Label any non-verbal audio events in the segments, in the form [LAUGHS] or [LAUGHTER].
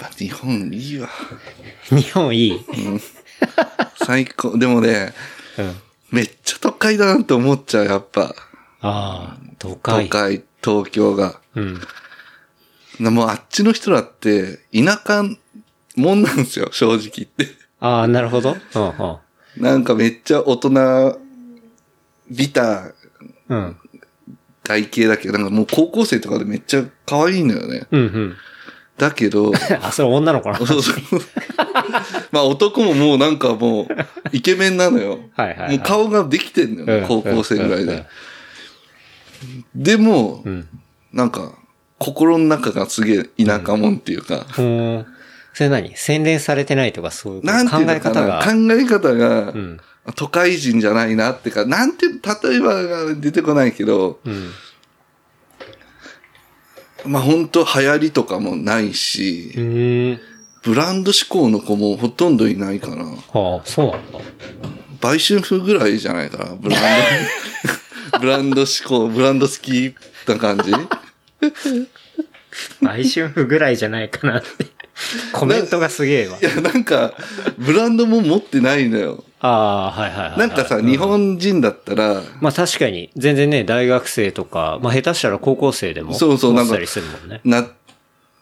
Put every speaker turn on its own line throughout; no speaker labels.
ぱ日本いいわ。
日本いい。
最高。でもね、
うん。
めっちゃ都会だなって思っちゃう、やっぱ。
ああ、都
都
会。
会、東京が。
うん。
なもうあっちの人らって、田舎もんなんですよ、正直言って。 [LAUGHS]
ああ、なるほど。うん
なんかめっちゃ大人、ビター、
うん。うん。
外形だけど、なんかもう高校生とかでめっちゃ可愛いのよね。
うんうん。
だけど、
[LAUGHS] あ、それ女の子な。
そうそう。まあ男ももうなんかもう、イケメンなのよ。
はいはい、はい。
もう顔ができてんの
うん
よ、高校生ぐらいで。。でも
う、ん。
なんか、心の中がすげえ田舎もんっていうか、
うんうん。うんそれ何洗練されてないとかそういうこと
なんて
考
いう
え
のか
方
な、
が。
考え方が
う、ん。
都会人じゃないなってか、なんて、例えばが出てこないけど、
うん。
まあ本当流行りとかもないうし、
ーん。
ブランド志向の子もほとんどいないかな。
ああ、そうなん
[LAUGHS]
だ。
売春風ぐらいじゃないかな。ブラン
[LAUGHS]
ド、ブランド志向、ブランド好きな感じ。
売春婦ぐらいじゃないかなって。コメントがすげえわ
い。や、なんか、ブランドも持ってないのよ。
ああ、はいはいはいはい。
なんかさ、
うん
日本人だったら、
まあ確かに、全然ね、大学生とか、まあ下手したら高校生でも、
そうそう
持
な
っ
ん
て
か
たりするもんね。
な、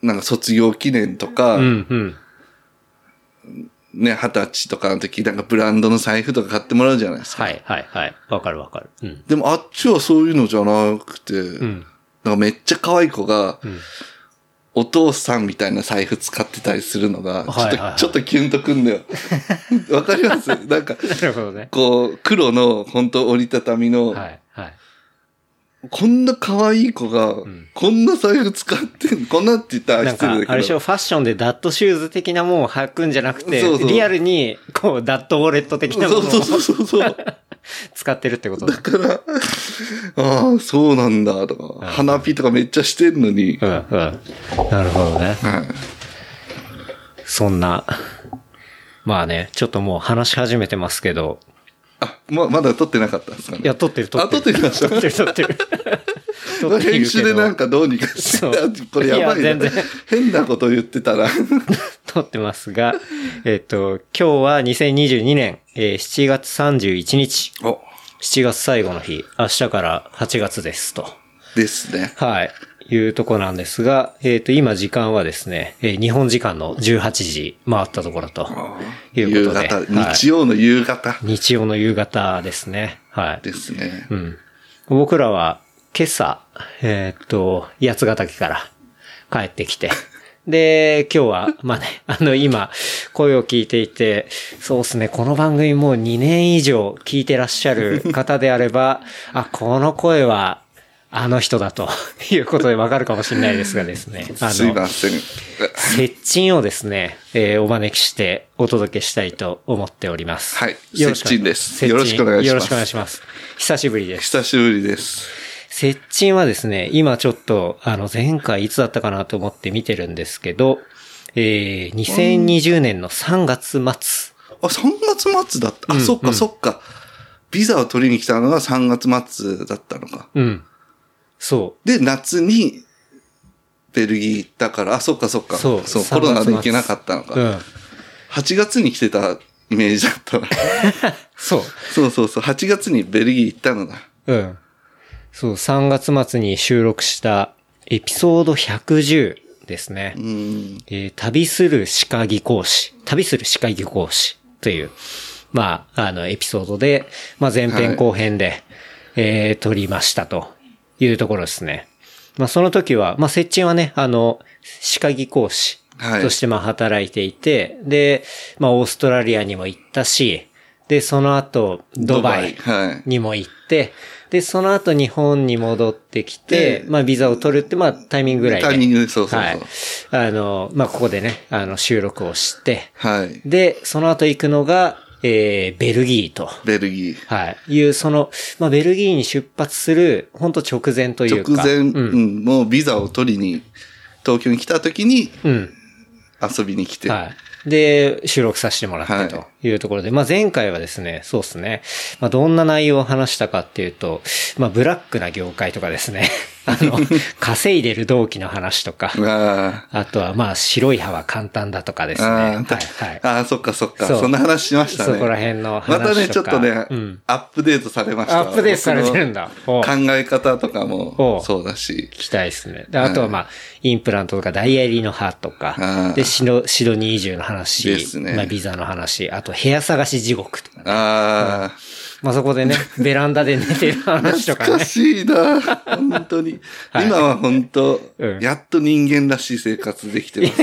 なんか卒業記念とか、
うんうん。
ね、二十歳とかの時、なんかブランドの財布とか買ってもらうじゃないですか。
はいはいはい。わかるわかる。うん。
でもあっちはそういうのじゃなくて、
うん。
なんかめっちゃ可愛い子が、
ん
お父さんみたいな財布使ってたりするのが、ちょっと、
はいはいはい
ちょっとキュンとくん
[LAUGHS]
だよ。わかりますなんか、
なるほどね。
こう、黒の、本当折りたたみの、
はいはい。
こんな可愛い子が、
ん
こんな財布使ってんこんなって言ったら
なん
失
か、
礼
あれ
だ
で
け
し
ど
ょ、。ファッションでダットシューズ的なもんを履くんじゃなくて、
そうそう
リアルに、こう、ダットウォレット的なもの
そ
を
うそうそうそう。だ
使ってるってことだ。
から、 [LAUGHS] ああ、そうなんだ、とか、花火とかめっちゃしてんのに、
うんうん。なるほどね。
はい
そんな、まあね、ちょっともう話し始めてますけど、
あ、ま、まだ撮ってなかったんですかね。
いや、撮ってる撮
あ、
って
撮
る
っ。てみまし
撮
た
ってる撮ってる。撮ってるけど
[LAUGHS] 編集でなんかどうにかして
そう
あこれやばい
いや全
な
然。
変なこと言って
[LAUGHS]
たら。
撮ってますが、 [LAUGHS] えっと、今日は2022年、えー7月31日、
お、
7月最後の日、明日から8月ですと。
ですね。
はい。いうとこなんですが、えっ、と、今時間はですね、えー日本時間の18時回ったところという
夕
ことで。
方、
はい
日曜の夕方
日曜の夕方ですね。はい。
ですね。
うん。僕らは今朝、えーっと、八ヶ岳から帰ってきて、で、今日は、まあね、 [LAUGHS] あの、今、声を聞いていて、そうですね、この番組もう2年以上聞いてらっしゃる方であれば、 [LAUGHS] あ、この声は、あの人だと [LAUGHS] いうことでわかるかもしれないですがですね。あの
すいません。
接近をですね、えーお招きしてお届けしたいと思っております。
はい
よろしく
接近です
接近
よろしくお願いします
よろしくお願いします。久しぶりです。
久しぶりです。
接近はですね、今ちょっと、あの、前回いつだったかなと思って見てるんですけど、えー、2020年の3月末。
あ、3月末だった。あ、そっかそっか。ビザを取りに来たのが3月末だったのか。
うん。そ
で、夏に、ベルギー行ったから、あ、そっかそっか。
そう
コ
3
ロナで
月末
行けなかったの
う。う
か。
ん。
8月に来てたイメージだった
[LAUGHS]
わ
そう。
そうそうそう。8月にベルギー行ったのだ。
うん。そう、3月末に収録したエピソード110ですね。
うーん。
えー旅する鹿技講師、旅する鹿技講師という、まあ、あの、エピソードで、まあ、前
は
編
い
後編で、えー撮りましたというところですね。まあ、その時は、まあ、設置はね、あの、鹿技講師
はい
として、まあ、働いていて、で、まあ、オーストラリアにも行ったし、で、その後、ドバイ
はい。
にも行って、で、その後日本に戻ってきて
で、
まあ、ビザを取るって、まあ、タイミングぐらいで。
タイミングで、そうそうそう。
はい。あの、まあ、ここでね、あの、収録をして、
はい。
で、その後行くのが、えー、ベルギーと。
ベルギー。
はい。いう、その、まあ、ベルギーに出発する、本当直前という
直
か。
前、う
うんん。
もうビザを取りに、東京に来た時に
うん。
遊びに来て、
はい。で、収録させてもらってと
は
いうところで、まあ前回はですね、そうですね、まあどんな内容を話したかっていうと、まあブラックな業界とかですね、 [LAUGHS] あの、稼いでる動機の話とか、
あ
あとはまあ白い歯は簡単だとかで
ー
すね、はい
あー、
はい。
あーそっかそっか。
そう
そんな話しましたね。
そこら辺の
またね、
話
ちょ
と
っ
か。
とね、
うん。
アップデートされました。
アップデートされてるんだ。お
僕
聞
の考え方とか
お
もそうだし。
きたいですね。で、あとはまあ、インプラントとかダイヤリーの歯とか
あ、ー
で、シドシドニー移住の
です
話、
ね
まあビザの話、あと部屋探し地獄とか。
あ
まあ、そこ
[LAUGHS]
でね、ベランダで寝てる
あ、
話と
懐
か
か
ね。
しいな。本当に。
[LAUGHS] はい
今は本当、
うん
やっと人間らしい生活できて
[LAUGHS]
ます。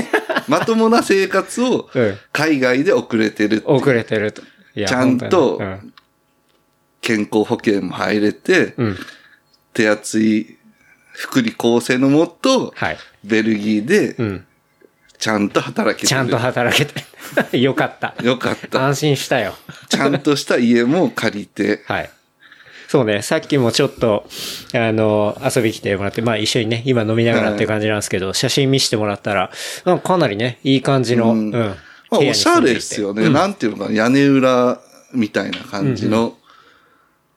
まともな生活を
うん
海外で送れてるっていう
遅れてると。いや
ちゃんと
本当にね
健康保険も入れて、
うん。うん
手厚い福利厚生のもと、
はい。
ベルギーで
うん。
ちゃんと働けてる。
ちゃんと働けて。 [LAUGHS] よかった。
よかった。
安心したよ。
ちゃんとした家も借りて、
はい。そうね、さっきもちょっと、あの、遊び来てもらって、まあ一緒にね、今飲みながらっていう感じなんですけど、写真見せてもらったら、なんかかなりね、いい感じの、
う
うんん。
まあ、
部屋
お
に
し
住
ゃれ
んでいて
ですよね。なんていうのかな、屋根裏みたいな感じの。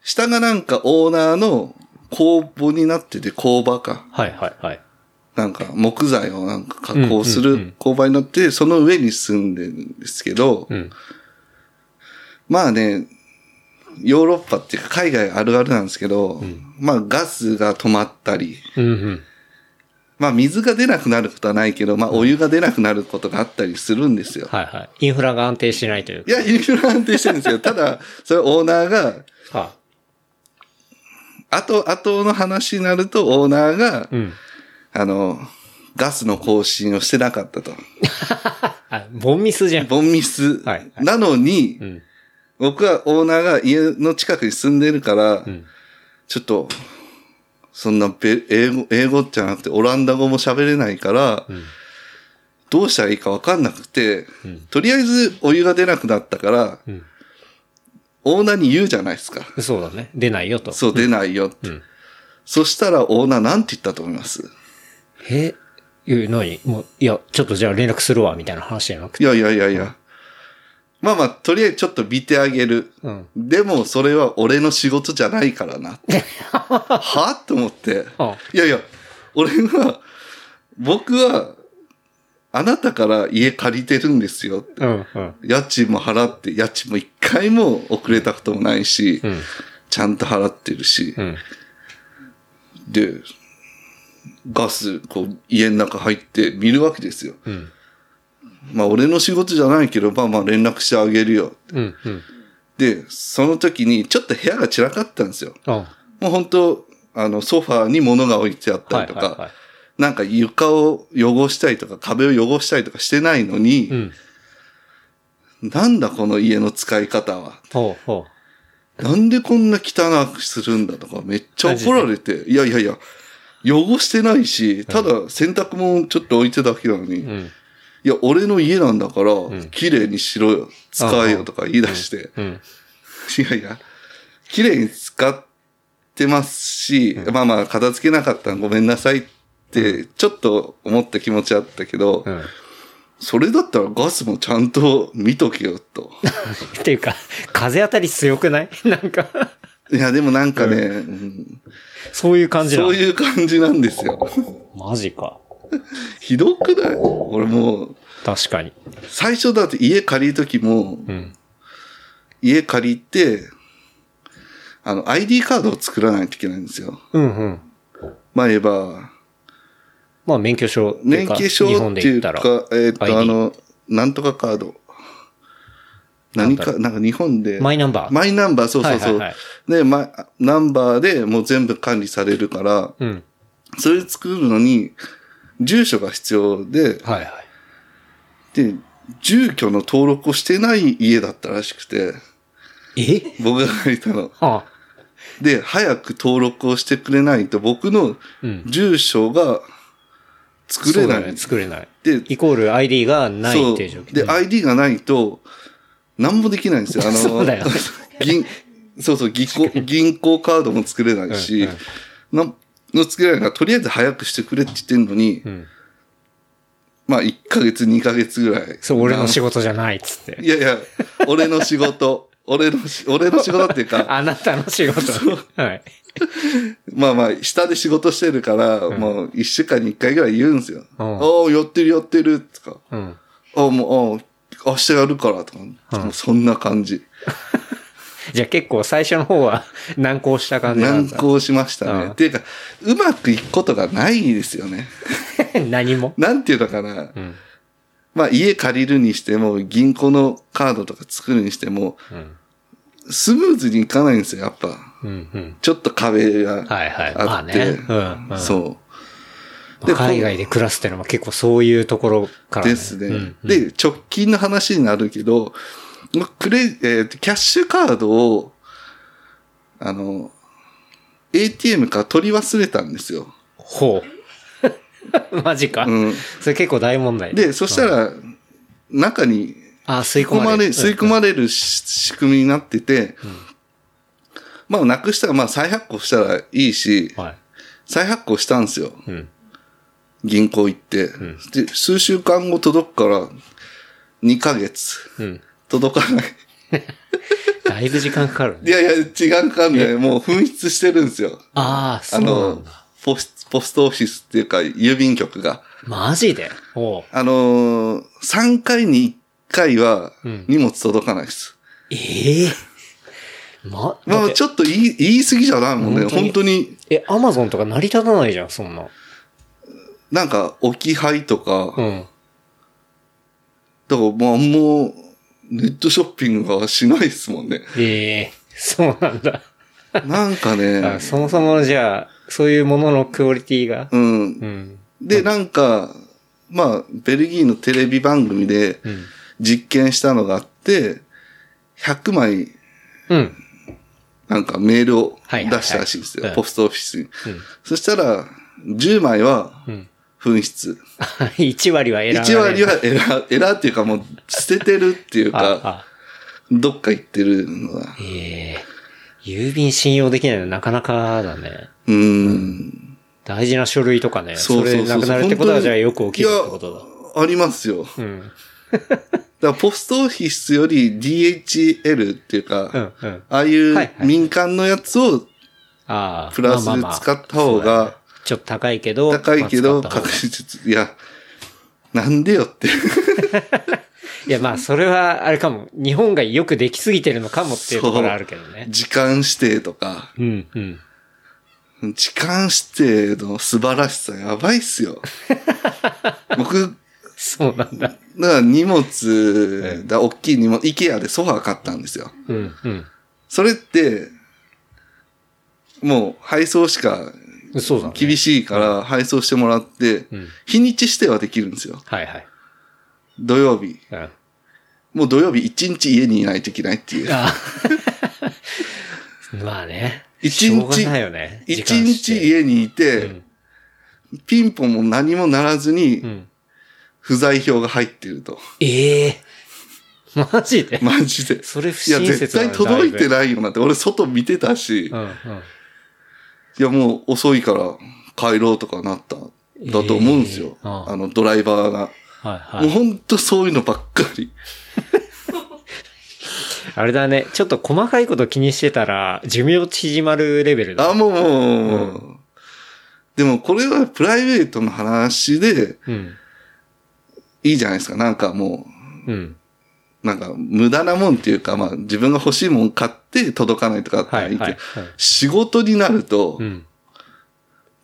下がなんかオーナーの工房になってて、工場か。
はいはいはい。
なんか木材をなんか加工する工場になって、その上に住んでるんですけど、
うん。
まあね、ヨーロッパっていうか海外あるあるなんですけど、まあガスが止まったり、
うんうん。
まあ水が出なくなることはないけど、まあお湯が出なくなることがあったりするんです
[LAUGHS]
よ。
はいはい。インフラが安定しないという
いや、インフラ安定してるんですよ。ただ、それオーナーが、
か。は
後、後の話になるとオーナーが、
い。うん。
あの、ガスの更新をしてなかったと。
あ、ボンミスじゃん。
ボンミス
はい。
なのに、
うん。
僕はオーナーが家の近くに住んでるから、
ん
ちょっと、そんなべ英語、英語じゃなくてオランダ語も喋れないから、
ん
どうしたらいいかわかんなくて、とりあえずお湯が出なくなったから、
ん
オーナーに言うじゃないですか。
そうだね。出ないよと。
そう、出ないよって。
うん
そしたらオーナーなんて言ったと思います
え、いうのに、もう、いや、ちょっとじゃあ連絡するわ、みたいな話じゃなくて。
いやいやいやいや。まあまあ、とりあえずちょっと見てあげる。
うん。
でも、それは俺の仕事じゃないからなって。はと思って。
あ
いやいや、俺は、僕は、あなたから家借りてるんですよ。
うん、うん。
家賃も払って、家賃も一回も遅れたこともないし、
ん
ちゃんと払ってるし、
うん。
で、ガス、こう、家の中入って見るわけですよ。
ん
まあ、俺の仕事じゃないけど、まあまあ連絡してあげるよ。
うん、うん。
で、その時に、ちょっと部屋が散らかってたんですよ。
あ
もう本当あの、ソファーに物が置いてあったりとか、
はいはいはい
なんか床を汚したりとか、壁を汚したりとかしてないのに、
うん。
なんだこの家の使い方は。
ほうほ
なんでこんな汚くするんだとか、めっちゃ怒られて、いやいやいや、汚してないし、ただ洗濯物ちょっと置いてただけなのに、
う。うん。
いや、俺の家なんだから、綺麗にしろよ、使えよとか言い出して、
うん。
[LAUGHS] いやいや、綺麗に使ってますし、まあまあ、片付けなかったらごめんなさいって、ちょっと思った気持ちあったけど、
うん。っ
それだったらガスもちゃんと見とけよと。
ていうか、風当たり強くない [LAUGHS] なんか、
いや、でもなんかね、うん
そういう感じな
そ
の
ういう感じなんですよ。
マジか。
ひどくない俺もう、
確かに。
最初だって家借りるときも、
ん
家借りて、あの、ID カードを作らないといけないんですよ。
うん、うん。
まあ言えば、
まあ、免許証って
年
いうか。
金証
日本
っ
で
てい
言
う
った。、
からえっと、
ID
あの、なんとかカード。何か、なんか日本で。
マイナンバー。
マイナンバー、そうそうそう。
はいはいはい
で、マイナンバーでもう全部管理されるから、
うん。
それ作るのに、住所が必要で、
はいはい。
で、住居の登録をしてない家だったらしくて、
え
僕が借りたの。
[LAUGHS] あ
で、早く登録をしてくれないと僕の住所が作れな
そうだ
い
ね。作れない。
で
イコール ID がないっていう状況。
で、ID がないと、何もできないんですよ。あの、
そうだよね
銀、そうそう、銀行、銀行カードも作れないし、なんの作れないから、とりあえず早くしてくれって言ってんのに、
ん
まあ、1ヶ月、2ヶ月ぐらい。
そう、俺の仕
事。
事じゃないっつ
[LAUGHS]
って。
いやいや、俺の仕事、俺のし、俺の仕事っていうか、
あなたの仕事。はい。
まあまあ、下で仕事してるから、もう1週間に1回ぐらい言うんですよ。
う
あ
ん
あ、やってるやってる、とか。
うん。
あ、もう、あ、明日やるから、とか、もうそんな感じ。
じゃあ結構最初の方は [LAUGHS] 難航した感じな
難
んだ。
航しましたね。
うん
っていうか、うまくいくことがないですよね。
[LAUGHS] 何も。
なんていうのかな。
ん
まあ、家借りるにしても、銀行のカードとか作るにしても、
ん
スムーズにいかないんですよ、やっぱ。
うんうん。
ちょっと壁があって。
はいはい。まあね。うん、うん。
そう。
まあ海外で暮らすってのも結構そういうところから、ね。
ですね。
うん
で、直近の話になるけど、まクレ、えーとキャッシュカードを、あの、ATM から取り忘れたんですよ。
ほう。 [LAUGHS] マジか、
うん。
それ結構大問題。
で、そしたら、中に
あ、吸い
吸い込
込
ま
ま
れ、
れる。
吸い込まれるし仕組みになってて、まあ、なくしたら、まあ、再発行したらいいし、
はい。
再発行したんですよ。
ん
銀行行って、で、数週間後届くから、2ヶ月。
うん。
届かない。
だいぶ時間かかる
い
ね。
やいや、違うかんない。もう紛失してるんですよ。
ああ、そ
あ
うな
の
んだ。、
ポスポストオフィスっていうか、郵便局が。
マジでおう。
あのー、3回に1回は
ん
荷物届かないです。
ええま、
ま
だっ
あ
て
ちょっと言い言い過ぎじゃないもんね。
本当に
本当に、
え、アマゾンとか成り立たないじゃん、そんな。
なんか置き配とか、
うん。
だからまあもう、ネットショッピングはしないですもん
[LAUGHS]
ね。
ええそうなんだ。
なんかね
あ、そもそもじゃあ、そういうもののクオリティが。
うん
う。ん。
で、なんか、まあ、ベルギーのテレビ番組で
ん
実験したのがあって、100枚
うん。 [LAUGHS]
なんかメールを
はい
出
はいはい
したらしいんですよ。
うん
ポストオフィスに。そしたら、10枚は
うん。
紛失。
1割はエラー。
1割はエラー、 [LAUGHS] エラーっていうかもう捨ててるっていう
あ、
か、
あ、
どっか行ってるのが。
ええ郵便信用できないのなかなかだね。
うーん。
大事な書類とかね。
そ
そう
そうそう
れなくなるってこ
本当
とは、
に
じゃあよく起きるってことだ。
ありますよ。
う
[LAUGHS] だか
ん。
らポストオフィスより DHL っていうか、
うん、うん。
ああいう
はいはい
民間のやつを
ああ。
プラス
まあ
で
まあまあ
使った方
そうだね
が
ちょっと高いけど。
高いけど
まあ使った
確
方が
実、いや、なんでよって。
いや、まあ、それは、あれかも。日本がよくできすぎてるのかもっていうところあるけどね。
時間指定とか、
うん、うん。
時間指定の素晴らしさやばいっす
[LAUGHS]
よ。僕、
そうなん
だ
だ。
から荷物、だ大きい荷物、IKEA でソファー買ったんですよ。
うん、うん。
それって、もう配送しか
そうだね。
厳しいから配送してもらって、
うん
日にち指定はできるんですよ。
はいはい。
土曜日。
うん。あ
もう土曜日一日家にいないといけないっていう。
まあね。
一日
しょうがないよね。
一
時間
日
指定。
家にいて、ピンポンも何もならず
う
に
ん。
不在票が入ってると。 [LAUGHS]
ええマジで
マジで。
それ不
いや、
親切
絶
だね
対届いて
だ
ないよなって。俺外見てたし、
ぶうん、うん。
いやもう遅いから帰ろうとかなった、だと思うんですよ。
えーあ
あの、ドライバーが。
はいは
もう
い。
ほんとそういうのばっかり。
あれだね。ちょっと細かいこと気にしてたら、寿命縮まるレベルだ。
あ、もう、もうでもこれはプライベートの話で
うん。
いいじゃないですか。なんかも
うん。
う、なんか無駄なもんっていうか、まあ自分が欲しいもん買って届かないとかあった
は
らい
い
いけ
は
ど
い。
仕事になると
うん。うん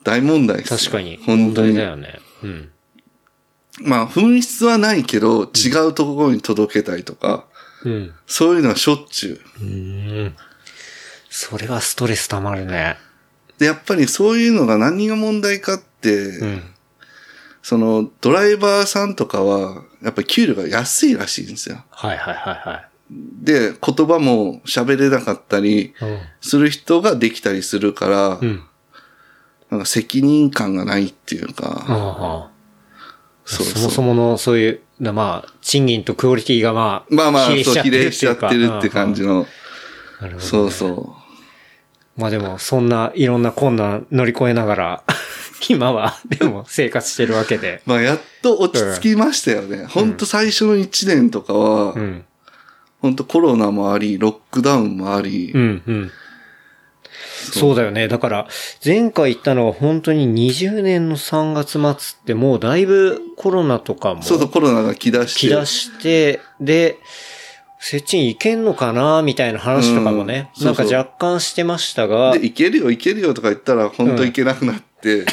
大問題ですよ
確かに。
本当
問題
に。
だよね。うん。
まあ、紛失はないけど、違うところに届けたりとか、
うん。
そういうのはしょっちゅう。
うーん。それはストレス溜まるね。
で、やっぱりそういうのが何が問題かって、
うん。
その、ドライバーさんとかは、やっぱり給料が安いらしいんですよ。
はいはいは
で、言葉も喋れなかったり
いはい。
する人ができたりするから、
うん。うん。
なんか責任感がないっていう
あ
か、
あ。
そうそう
そもそものそういう、なまあ、賃金とクオリティがまあ、
まあまあ、
比例
そう、比例しちゃってるって感
じ。
じの。
なるほどね
そうそう。
まあでも、そんないろんな困難乗り越えながら、 [LAUGHS] 今は、でも生活してるわけで。
まあ、やっと落ち着きましたよね。ほんと最初の1年とかは、
うん。
ほんとコロナもあり、ロックダウンもあり、
うん、うん。そうだよね。だから、前回行ったのは本当に20年の3月末ってもうだいぶコロナとかも
そうそう、コロナが来だして。
来だして、で、設置に行けんのかなみたいな話とかもね、
うん
なん
そ
か
うそう
若干してましたが、
で、いけるよ、いけるよとか言ったら、ほんといけなくなって。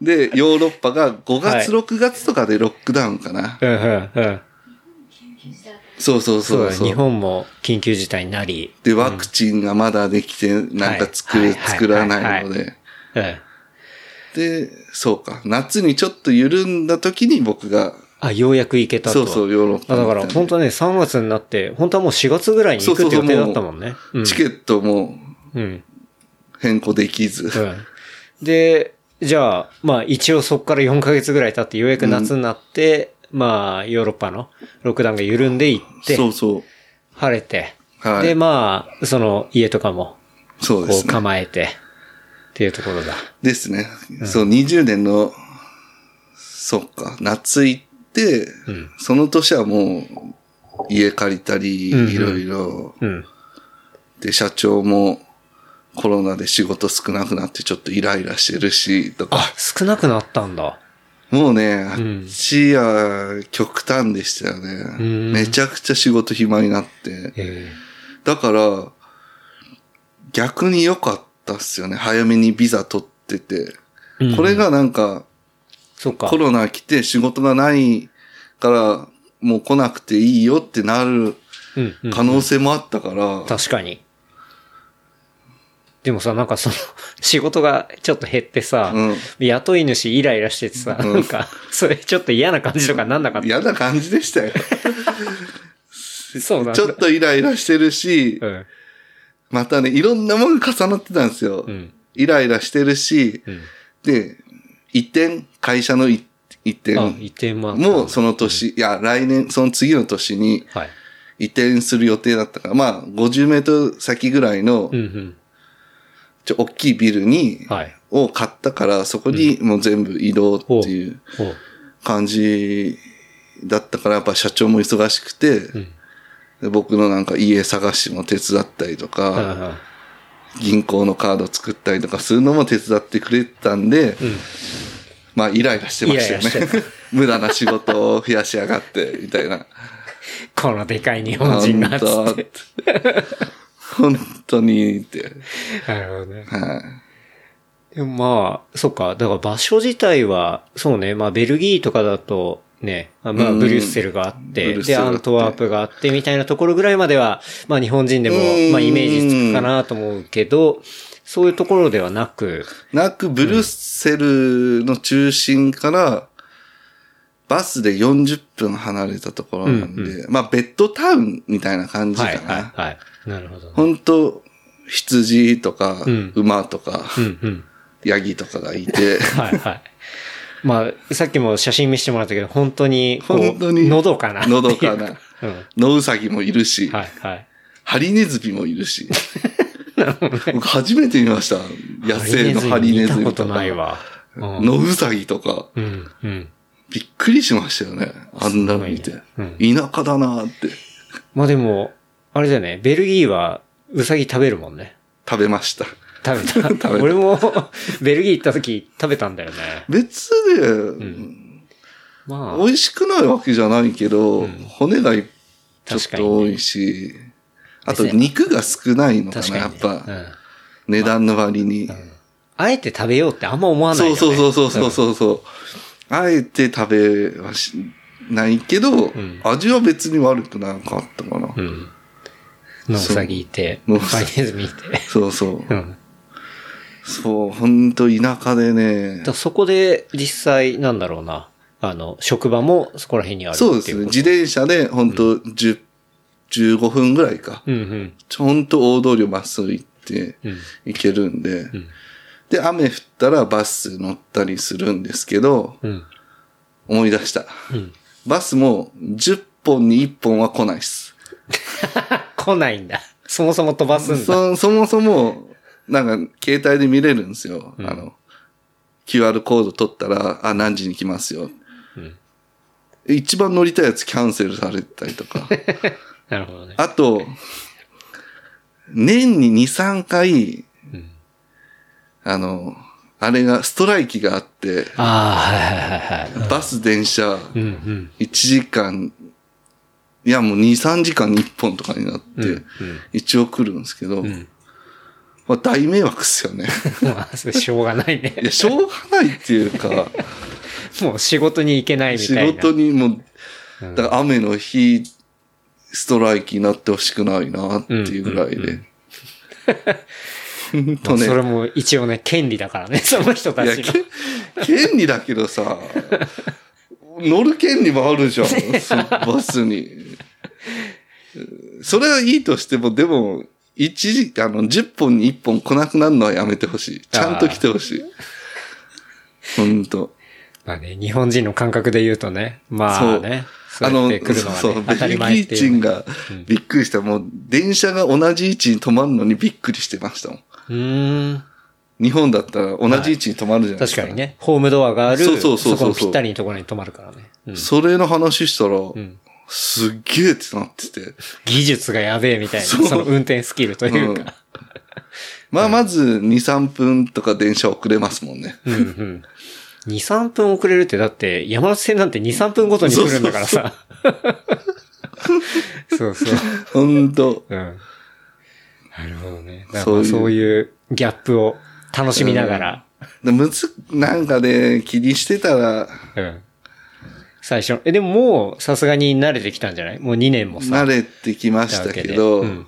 で、ヨーロッパが5
はい
月、6月とかでロックダウンかな。
うんうんうん。
そうそうそ
そうだ
う
ね
そう。
日本も緊急事態になり、
で、ワクチンがまだできて、なんか作
は
る、
いはい
作らないの
は
で。
うん
で、そうか。夏にちょっと緩んだ時に僕が、
あ、ようやく行けたと。
そうそう、ヨーロッパ
あ
に
だ
行
か
ったんで
ら本当ね、3月になって、本当はもう4月ぐらいに行くって
そうそ
予
うそう
定だったもんね。うん
チケットも
うん。
変更できず。
うん。で、じゃあ、まあ一応そこから4ヶ月ぐらい経ってようやく夏になって、まあヨーロッパのロックダウンが緩んで行って、
そうそう。
晴れて、
はい
で、まあ、その家とかも
そうで
こう
すね。
構えて、っていうところだ。
ですね。そう、20年の、そっか、夏行って、
うん
その年はもう、家借りたり、
うんうん
いろいろ。
うん。
で、社長も、コロナで仕事少なくなってちょっとイライラしてるし、とか。
あ、少なくなったんだ。
もうね、あ
ん
っちは極端でしたよね。
ん
めちゃくちゃ仕事暇になって。
え
だから、逆に良かったっすよね。早めにビザ取ってて。
えうん
これがなんか、
そっか。
コロナ来て仕事がないから、もう来なくていいよってなる
うんうん
可能性もあったから、
確かに。でもさ、なんかその、 [LAUGHS] 仕事がちょっと減ってさ、
うん
雇い主イライラしててさ、
うん
なんか、それちょっと嫌な感じとかなんなかった。
嫌な感じでしたよ。
そうなんだ。
ちょっとイライラしてるし
う、ん。
またね、いろんなものが重なってたんですよ。
うん。
イライラしてるし、
うん。
で、移転、会社の移移転、
あ、移転もあった
もうその年、いや、来年、その次の年に
はい。
移転する予定だったから、まあ、50メートル先ぐらいの、
うん
ちょ、大きいビルに
うん。、はい。
を買ったから、そこにもう全部移動っていう
ほう。
感じだったから、やっぱ社長も忙しくて、
ん
で僕のなんか家探しも手伝ったりと
うん
か、銀行のカード作ったりとかするのも手伝ってくれてたんで、まあイライラしてましたよね。
イライラして
[LAUGHS] 無駄な仕事を増やしやがって、みたいな。
このでかい日本人が、つ
本
って。
当本当にって。
なるほどね。
はい。
でもまあ、そっか。だから場所自体は、そうね。まあ、ベルギーとかだと、ね。あまあ、
うん
ブリュッセルがあって、
ブリュッセ
で、
ルがあ
ア
って
ントワープがあって、みたいなところぐらいまでは、まあ、日本人でも
うん、
まあ、イメージつくかなと思うけど、そういうところではなく、
なく、ブルッセルの中心から、バスで40分離れたところなんで、
うん
まあ、ベッドタウンみたいな感じか
は
な。
い、はい、はい。なるほど、ね。
本当羊とか、
うん
馬とか、
うん、うん。
ヤギとかがいて、
はい、はい。まあ、さっきも写真見せてもらったけど、本当に、 [LAUGHS] こう
本当に
のどかな。
のどかな。
うん。
ノウサギもいるし、
はい、はい。
ハリネズミもいる
[LAUGHS]
し。僕初めて見ました。野生のハリネズミ
見たことと
か
ない、わ。うん
ノウサギとか、
うん、うん。
びっくりしましたよね。あんなの見て。
すごいね
田舎だなーって
まあでも、あれだよね、ベルギーはウサギ食べるもんね。
食べました。[LAUGHS]
食べた。
た
俺もベルギー行った時食べたんだよね。
別で、
まあ、
美味しくないわけじゃないけど、骨がいちょっ
確かにね
と多いし、あと
ですね
肉が少ないのか
確
な、
かに、ね。
やっぱ、
うん。
値段の割に。
あえて食べようってあんま思わない
そ
よ、
う
ね。
そうそうそうそうそうそう。あえて食べはしないけど、
ん
味は別に悪くなかったかな。
うん。うん。のウサギいて、
そう
ハリネズミいて。
そうそう。
うん。
そう、ほんと田舎でね
だか。らそこで実際なんだろうな。あの、職場もそこら辺にあるって
そ
い
うう
こ
で
と。
すね。自転車でほんと10、15分ぐらいか。
うんうん。
ちょほんと大通りをまっすぐ行って、
うん。
行けるんで、で、雨降ったらバス乗ったりするんですけど、
うん。
思い出した。
うん。
バスも10本に1本は来ないっす。
来ないんだ。そもそも飛ばすんだ。
そ、そもそも、なんか、携帯で見れるんですよ。あの、QR コード取ったら、あ、何時に来ますよ。
うん
一番乗りたいやつキャンセルされたりとか。 [LAUGHS]
なるほどね。
あと、年に2、3回、
うん
あの、あれが、ストライキがあって、
ああ、はいはいはいはい。
バス、電車、
うんうん。
1時間、いやもう2、3時間に1本とかになって、
うん
一応来るんですけど、
ん
まあ大迷惑っすよ
[LAUGHS]
ね。
まあ、それしょうがない
い
ね。
や、しょうがないっていう
[LAUGHS]
か、
もう仕事に行けないみ
仕
たいな。
事にも、
うん
だから雨の日、ストライキになってほしくないなっていうぐらい [LAUGHS] で。ほんと
まあ
ね。
それも一応ね、権利だからね、 [LAUGHS] その人た
いや、
ちの。
け権利だけど
[LAUGHS]
さ、乗る権利もあるじゃん、そのバスに。それはいいとしても、でも、一時、あの、10本に1本来なくなるのはやめてほしい。ちゃんと来てほしい。ほんと。
まあね、日本人の感覚で言うとね、まあね、
あ
そうやっ
の、
て来るの
そうそ
はね
う、、
当
ベ
たり
ルギ
前って
ー
い
人
うね。
がびっくりした。もう、電車が同じ位置に止まるのにびっくりしてましたもん。
うーん。
日本だったら同じ位置に止まるじゃないで
確
すか。
かにね、ホームドアがある、
そうそ
そ
そ
う
うそう
このぴったりのところに止まるからね。うん
それの話したら、
ん
すっげえってなってて。
技術がやべえみたいな、
そう
その運転スキルというか。
まあ、まず2、3分とか電車遅れますもん
[LAUGHS]
ね。
うんうん。2、3分遅れるって、だって、山手線なんて2、3分ごとに来るんだからさ。 [LAUGHS] そうそう。
ほんと。
うん。なるほどね。だか
そう
ら
いう
そういうギャップを楽しみながら。
でむず、なんかね、気にしてたら、
うん。最初の。え、でももう、さすがに慣れてきたんじゃないもう2年もさ。
慣れてきましたけど、
うん。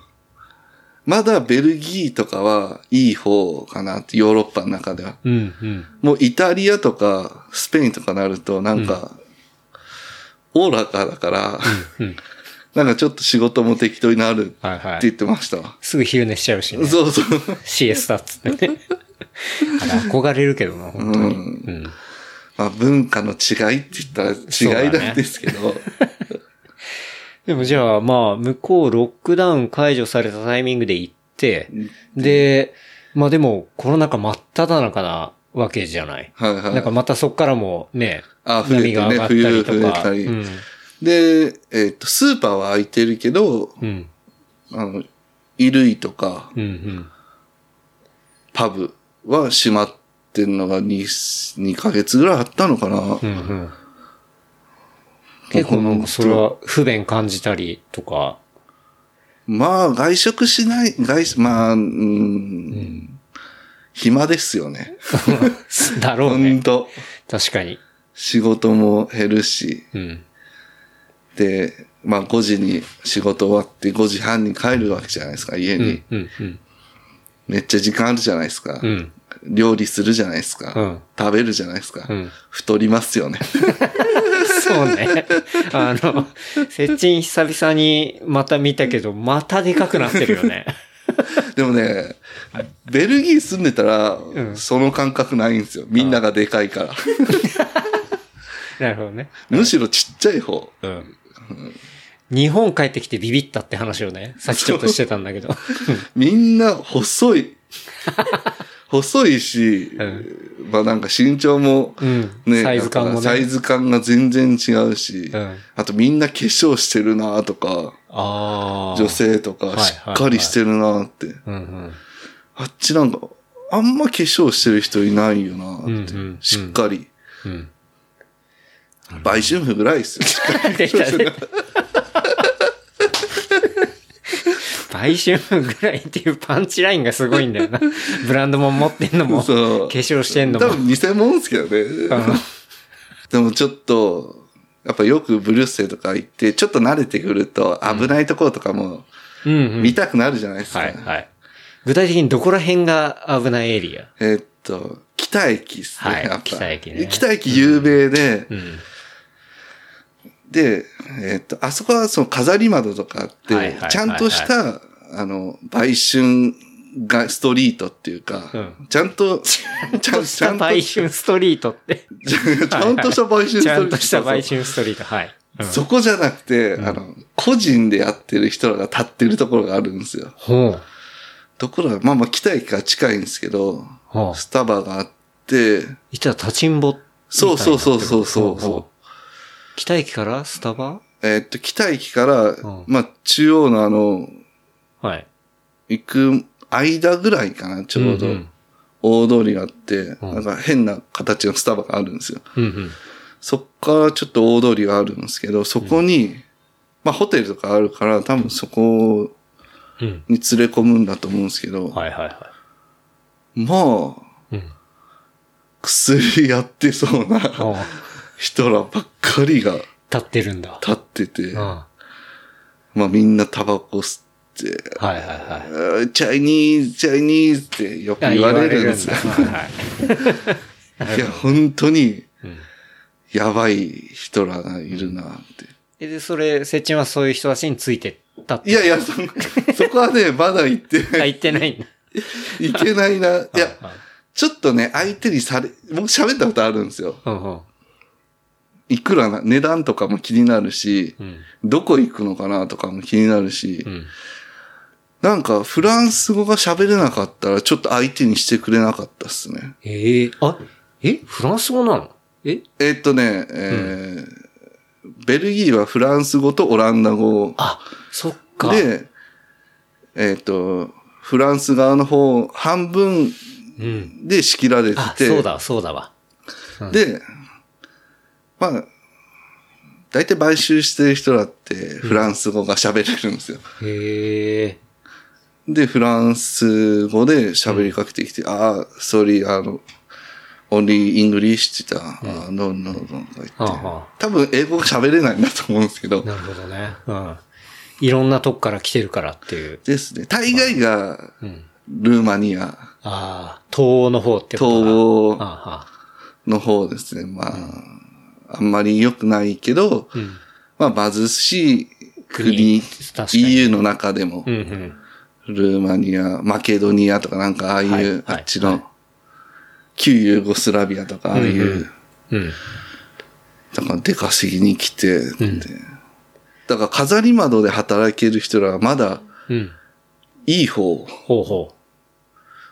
まだベルギーとかはいい方かなって、ヨーロッパの中では。
うん、うん。
もうイタリアとかスペインとかなるとなんか、おおらかだから、
うん。
[LAUGHS] なんかちょっと仕事も適当になるって
はいは
言
い
っ。てましたわ。
すぐ昼寝しちゃうしね。
そうそう。
CS だっつっ
[LAUGHS]
てね。あれ憧れるけどな、本当に。
うん
うん。
まあ文化の違いって言ったら違いなんですけど、
でもじゃあまあ、向こうロックダウン解除されたタイミングで行って、で、まあでもコロナ禍真っ只中なわけじゃない。
[LAUGHS] はいはい。
なんかまたそっからもね、
あ増えてね
波が上がったりと
冬増え
か。
たり
うん。
で、えっと、スーパーは空いてるけど、
うん。
あの、衣類とか、
うんうん。
パブは閉まってんのが 2, 2ヶ月ぐらいあったのかな。
うんうん。結構なんかそれは不便感じたりとか。
まあ、外食しない、外食、まあ、うん、暇ですよね。
だろ
ほ
うね。
んと。
確かに。
仕事も減るし、
うん。
で、まあ5時に仕事終わって5時半に帰るわけじゃないですか、家
う
に。
んうんうん。
めっちゃ時間あるじゃないですか。
うん。
料理するじゃないですか、
うん
食べるじゃないですか。
うん
太りますよね。 [LAUGHS]
そうね。 [LAUGHS] あの、接近久々にまた見たけど、またでかくなってるよ [LAUGHS] ね。
でもね、ベルギー住んでたら、
ん
その感覚ないんですよ。みんながでかいから。
なるほどね。
むしろちっちゃい方。
うん。日本帰ってきてビビったって話をね、さっきちょっとしてたんだけど。
みんな細
[LAUGHS]
い。細いし、まあなんか身長も、
うんサイズ感もね
なんかサイズ感が全然違うし、
うん
あとみんな化粧してるなとか、
あ
女。性と
は
か
いはい
しっかりしてるなって、
うんうん。
あっちなんか、あんま化粧してる人いないよなって、
うんうん
しっかり。
うん。
売春婦ぐらいですよ。しっかり
出たね。買収ぐらいっていうパンチラインがすごいんだよな。ブランドも持ってんの [LAUGHS] も、化
そう
粧してんの
多
も。
分偽物ですけどね。 [LAUGHS] でもちょっと、やっぱよくブルッセルとか行って、ちょっと慣れてくると危ないところとかも
うんうん。
見たくなるじゃないですか。
はいはい。具体的にどこら辺が危ないエリア
えーっと、北駅ですね、
はい
やっぱ。
北駅ね
北駅有名で、
うん。
で、えーっと、あそこはその飾り窓とかあって、
はいはいはいはい
ちゃんとした、あの、売春が、ストリートっていうか、
うん
ちゃんと、ちゃん
ちゃんと売春ストリートって。
ちゃんちゃんとした売春ストリート。
ちゃんとした売春ストリート、 [LAUGHS] はい。うん
そこじゃなくて、
うん
あの、個人でやってる人らが立ってるところがあるんですよ。
ほう。
ところが、まあまあ、北駅から近いんですけど、
ほう。
スタバがあって、
一応立ちんぼみたいになってる。
そうそうそうそうそう
ほほ北駅からスタバ
えーっと、北駅から、
ん
まあ、中央のあの、
はい。
行く間ぐらいかな、ちょうど
ん。ん
大通りがあって、
うん
なんか変な形のスタバがあるんですよ。
うんうん。
そっからちょっと大通りがあるんですけど、そこに、まあ、ホテルとかあるから、多分そこ
うん。
に連れ込むんだと思うんですけど、
はいはいは
まあ、
い。うん。
薬やってそうな
おう
人らばっかりが
立ってるんだ。
立ってて、
うん。は
まあみんなタバコ吸って、
いはいはい
あ。ーチャイニーズ、チャイニーズってよく言われるんですよ。 [LAUGHS] いや、本当に
うん
やばい人らがいるなって。
え、で、それ、セッチンはそういう人たちについてったって。
いやいや、そそこはね、まだ行ってな
あ、
い、
言ってないんだ。
いけないな。いや、
はい
ちょっとね、相手にされ、僕喋ったことあるんですよ。
うんうん
いくらな、値段とかも気になるし、
うん。
どこ行くのかなとかも気になるし、
うん。
なんか、フランス語が喋れなかったら、ちょっと相手にしてくれなかったっすね。
ええあ、えフランス語なのえ
えーっとね、えーベルギーはフランス語とオランダ語
あ、そっか。
で、えーっと、フランス側の方、半分
うん。
で仕切られて
あ、
て、
そうだ、そうだわ。
で、まあ、大体買収してる人だって、フランス語が喋れるんですよ。
へえ。
で、フランス語で喋りかけてきて、ああ、ソリ、あの、オンリーイングリッシュって言ったら、ああ、ノンノンノンとか言って、
はあは
多分英語が喋れないんだと思うんですけど
あ、なるほどね。うん。いろんなとこから来てるからっていう。
ですね。大概が、
うん。
ルーマニア、
ああ、東欧の方ってこと
東
だ
欧
はあはあ
の方ですね。まあ、あんまり良くないけど、
うん。
まあ、貧しい国
国確か、に
EU の中でも
う、んうん。
ルーマニア、マケドニアとかなんかああいう、
はいはい
あっち
は
の、旧ユーゴスラビアとかああいう、
うんうん。
だから出稼ぎに来て、
ん
でだから飾り窓で働ける人らはまだ
うん。
いい方。
ほうほ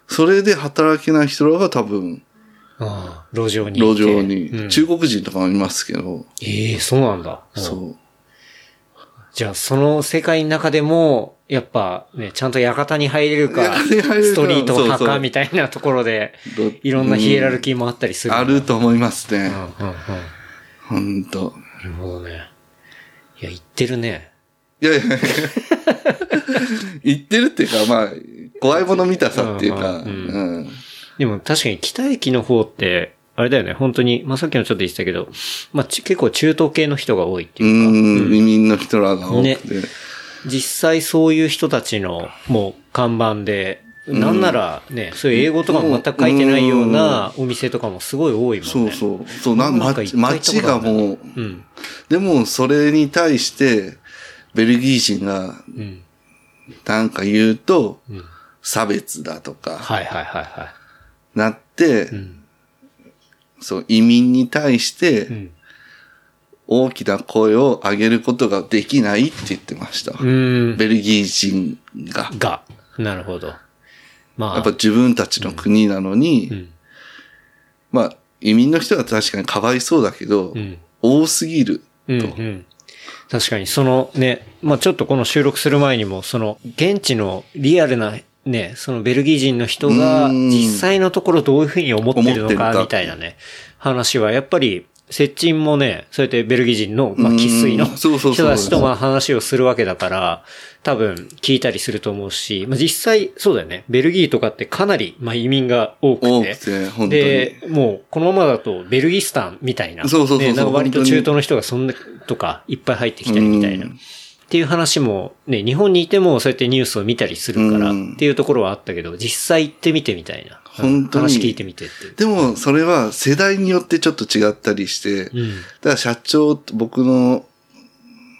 それで働けない人らが多分、
う。ああ、路上に行っ
路
て。
上に、
うん
中国人とかもいますけど、
ええそうなんだ。うん
そう。
じゃあ、その世界の中でも、やっぱね、ちゃんと館に入れるか、
館に入れるか
ストリート
そう
派
そう
かみたいなところで
ど、
いろんなヒエラルキーもあったりする。
あると思いますね
うん。うんうん。
ほんと。
なるほどね。いや、言ってるね。
いやいや [LAUGHS] いや言ってるっていうか、まあ、怖いもの見たさっていうか、
う
うんん
でも確かに北駅の方って、あれだよね、本当に、まあ、さっきもちょっと言ってたけど、まあ、ち結構中東系の人が多いって
う
いうか、
ん、移民の人らが多くて、
実際そういう人たちの、もう、看板で、なんならね、そういう英語とかも全く書いてないようなお店とかもすごい多いもんね。
そうそう。そう、な
なんかいっ
街
ぱ
街
い行ったことあ
が
るね
もう、
うん。
でも、それに対して、ベルギー人が
うん。
なんか言うと、
うん。
差別だとか、
はいはいはいは
なって、
い。うん。
そう、移民に対し
う
て、
ん。
大きな声を上げることができないって言ってました。
うん。
ベルギー人が。
が。なるほど。まあ。
やっぱ自分たちの国なのに、
うん。
まあ、移民の人は確かにかわいそうだけど、
うん。
多すぎる。
うん、うん。確かに、そのね、まあちょっとこの収録する前にも、その、現地のリアルな、ね、そのベルギー人の人が、
うん
実際のところどういうふうに思ってる
思
の
ってる
か、
か
みたいなね、話は、やっぱり、接近もね、そうやってベルギー人の、まあ、
うん
喫水の
そうそうそう
人たちと、まあ話をするわけだから、多分、聞いたりすると思うし、まあ実際、そうだよね、ベルギーとかってかなり、まあ移民が多くて、
多くて、本当
で
に。、
もう、このままだと、ベルギスタンみたいな。
そうそうそうそう
ねなんか割と
本当に
中東の人がそんな、とか、いっぱい入ってきたりみたいな。
う
っ
ん
ていう話も、ね、日本にいてもそうやってニュースを見たりするから、
う
っ
ん
ていうところはあったけど、実際行ってみてみたいな。
本当に
話聞いてみてっていう。
でも、それは世代によってちょっと違ったりして、
うん。
だから社長と、僕の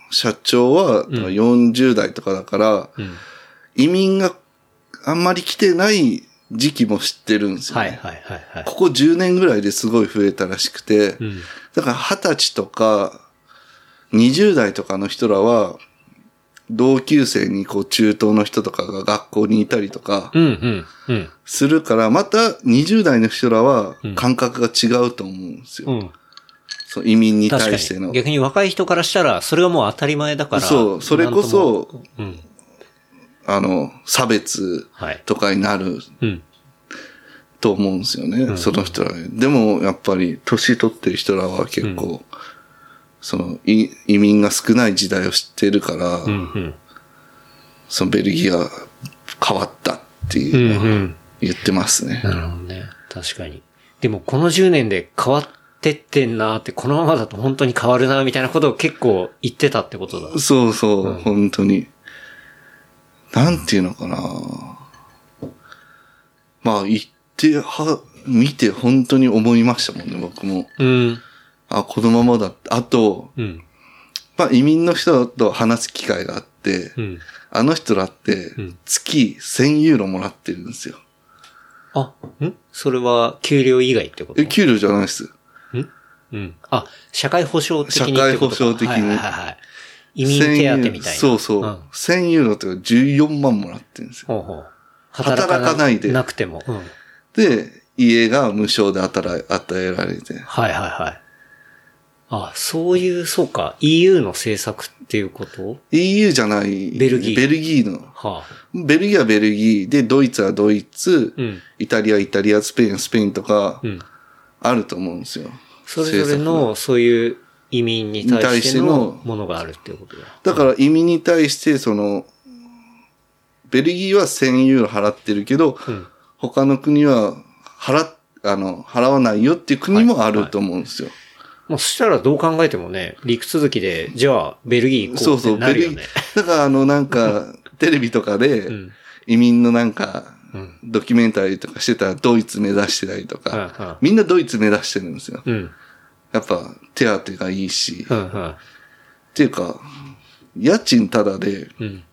社長はだから40代とかだから、
うん。
移民があんまり来てない時期も知ってるんですよ、
は
ね
いはいはいはい。
ここ10年ぐらいですごい増えたらしくて、
うん。
だから20歳とか、20代とかの人らは、同級生にこう中東の人とかが学校にいたりとか
うんうんうん。
するから、また20代の人らは
うん
感覚が違うと思うんですよ。
うん。
その移民に
確
対
か
しての
に。。逆に若い人からしたら、それがもう当たり前だから。
そうそれこそ
なんとも。うん。
あの、差別
はい。
とかになる
うん。
と思うんですよね、
ん
その人らね。でも、やっぱり、年取ってる人らは結構、その、い移民が少ない時代を知ってるから、
うんうん。
そのベルギーが変わったって
うん
いうの
う
は
ん。
言ってますね。
なるほどね。確かに。でもこの10年で変わってってんなーって、このままだと本当に変わるなーみたいなことを結構言ってたってことだ。
そうそう、
うん
本当に。なんていうのかな。まあ、行っては、見て本当に思いましたもんね、僕も。
うん。
あ、このままだ。あと、
うん。
まあ、移民の人と話す機会があって、
うん。
あの人らって
うん、
月1000ユーロもらってるんですよ。
あ、んそれは給料以外ってこと
え、給料じゃないです。
うん。あ、社会保障的にってことか。
社会保障的に
はいはいはいはい。移民手当みたいな。
1000ユーロそうそう。
ん
1000ユーロっていうか14万もらってるんですよ。
ほうほう。
働かな
なくても。うん。はい
で、家が無償で与え与えられて。
はいはい。あ、そういう、そうか。EU の政策っていうこと
EU じゃない。
ベルギー
ベルギーの。
はあ。
ベルギーはベルギーで、ドイツはドイツ、
うん。
イタリア、イタリア、スペイン、スペインとか
う、ん。
あると思うんですよ。
それぞれ
政策が。
の、そういう移民に対して
に対
の
しての
ものがあるっていうことだ。
だから移民に対して、その、ベルギーは1000ユーロ払ってるけど、
うん。
他の国は払っ、あの、払わないよっていう国もあると思うんですよ。
まあ、そしたらどう考えてもね、陸続きで、じゃあ、ベルギー行
そ
こう
う
っ
そ
て
う、
な
ベ
る
ルギ
よ
ー
ね。。
だからあの、なんか、テレビとか
う
で
ん、
移民のなんか
ん、
ドキュメンタリーとかしてたらドイツ目指してたりと
うん
か、
うん
みんなドイツ目指してるんですよ。
うん。
やっぱ、手当てがいいし、
う
っ
ん。うん。
ていうか、家賃タダで、
うん。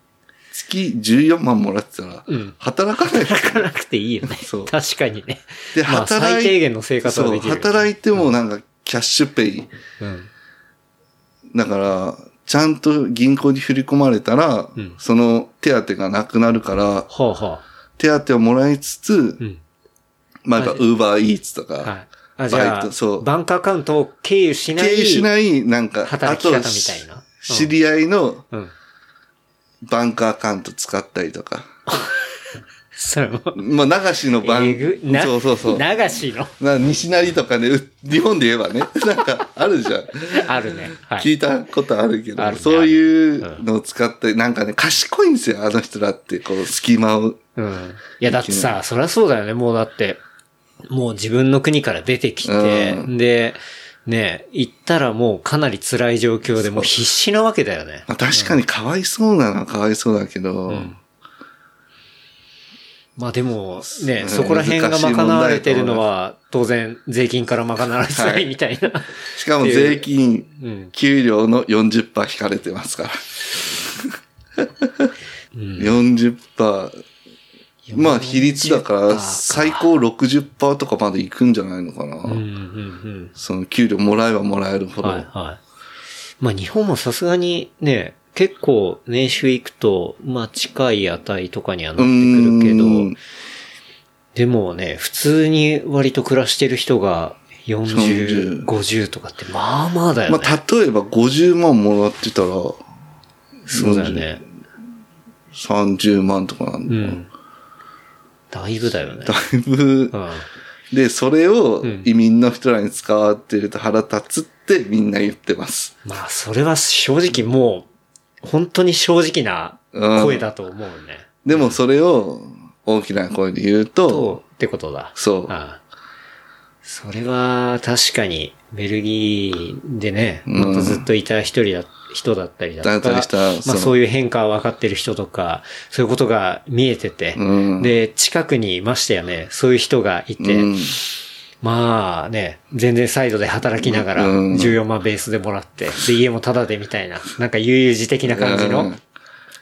月14万もらってたら
うん、
働かないから
働かなくていいよね。
そう
確かにね。
で
まあ、
働い
最低限の生活は
そ
で
う、
きるよね、
働いてもなんか、キャッシュペイ、
うん。
だから、ちゃんと銀行に振り込まれたら、
うん
その手当がなくなるから、
ほうほう。
手当をもらいつつ、
うん。
まあ、やっぱ、ウーバーイーツとか、
はい。あ、じゃ
バイ
あ
トそう、
バンクアカウントを経由しない。
経由しない、なんか、
働き方みたいな
あと
うん
知り合いの
うん。
バンクアカウント使ったりとか、
それも、
まあ、流しのバ
え
ン
ぐ、な、
そうそうそう。な
流しの、
西成とかね、う日本で言えばね、 [LAUGHS] なんか、あるじゃん。
あるね。は
聞
い。
いたことあるけど、
あるね
そういうのを使って、なんかね、賢いんですよ、あの人らって、こう、隙間を。
うん。いや、だってさ、そりゃそうだよね。もうだって、もう自分の国から出てきて、
う
で、ね、行ったらもうかなり辛い状況で、もう必死なわけだよね。
まあ、確かにかわいそうなのはかわいそうだけど、
んまあでも、ね、
うん
そこら辺が賄われてるのは、当然、税金から賄われてな
はいい
みたいな。
しかも税金、
[LAUGHS] うん。
給料の40%引かれてますから。
うん。
40%、まあ比率だか
40%
ら、最高60%とかまでいくんじゃないのかな。
うんうんうん。
その給料もらえばもらえるほど。
はいはい。まあ日本もさすがにね、結構年収いくと、まあ近い値とかにはな
う
ってくるけ
ー
ど
ん、。
でもね、普通に割と暮らしてる人が
40
40、50とかってまあまあだよね。
まあ例えば50万もらってたら、
そうだよね。
30万とかなん
う
だ、
ん。だいぶだよね
だ。いぶ
う、ん。
で、それを
うん
移民の人らに使われてると腹立つってみんな言ってます。
まあそれは正直もう、本当に正直な
うん
声だと思うね。
でもそれを大きな声で言う
と
と、、
ってことだ。
そう。
ああそれは確かにベルギーでね、
ん
もっとずっといた一人だ、人だったりだ
だ
と
った
か
りした
ま
そ
あ
の
そういう変化を分かってる人とか、そういうことが見えてて、
うん
で、近くにいましたよね、そういう人がいて、
うん
まあね、全然サイドで働きながら
うん
14万ベースでもらって、で、家もタダでみたいな、なんか悠々自適な感じ
う
の
ん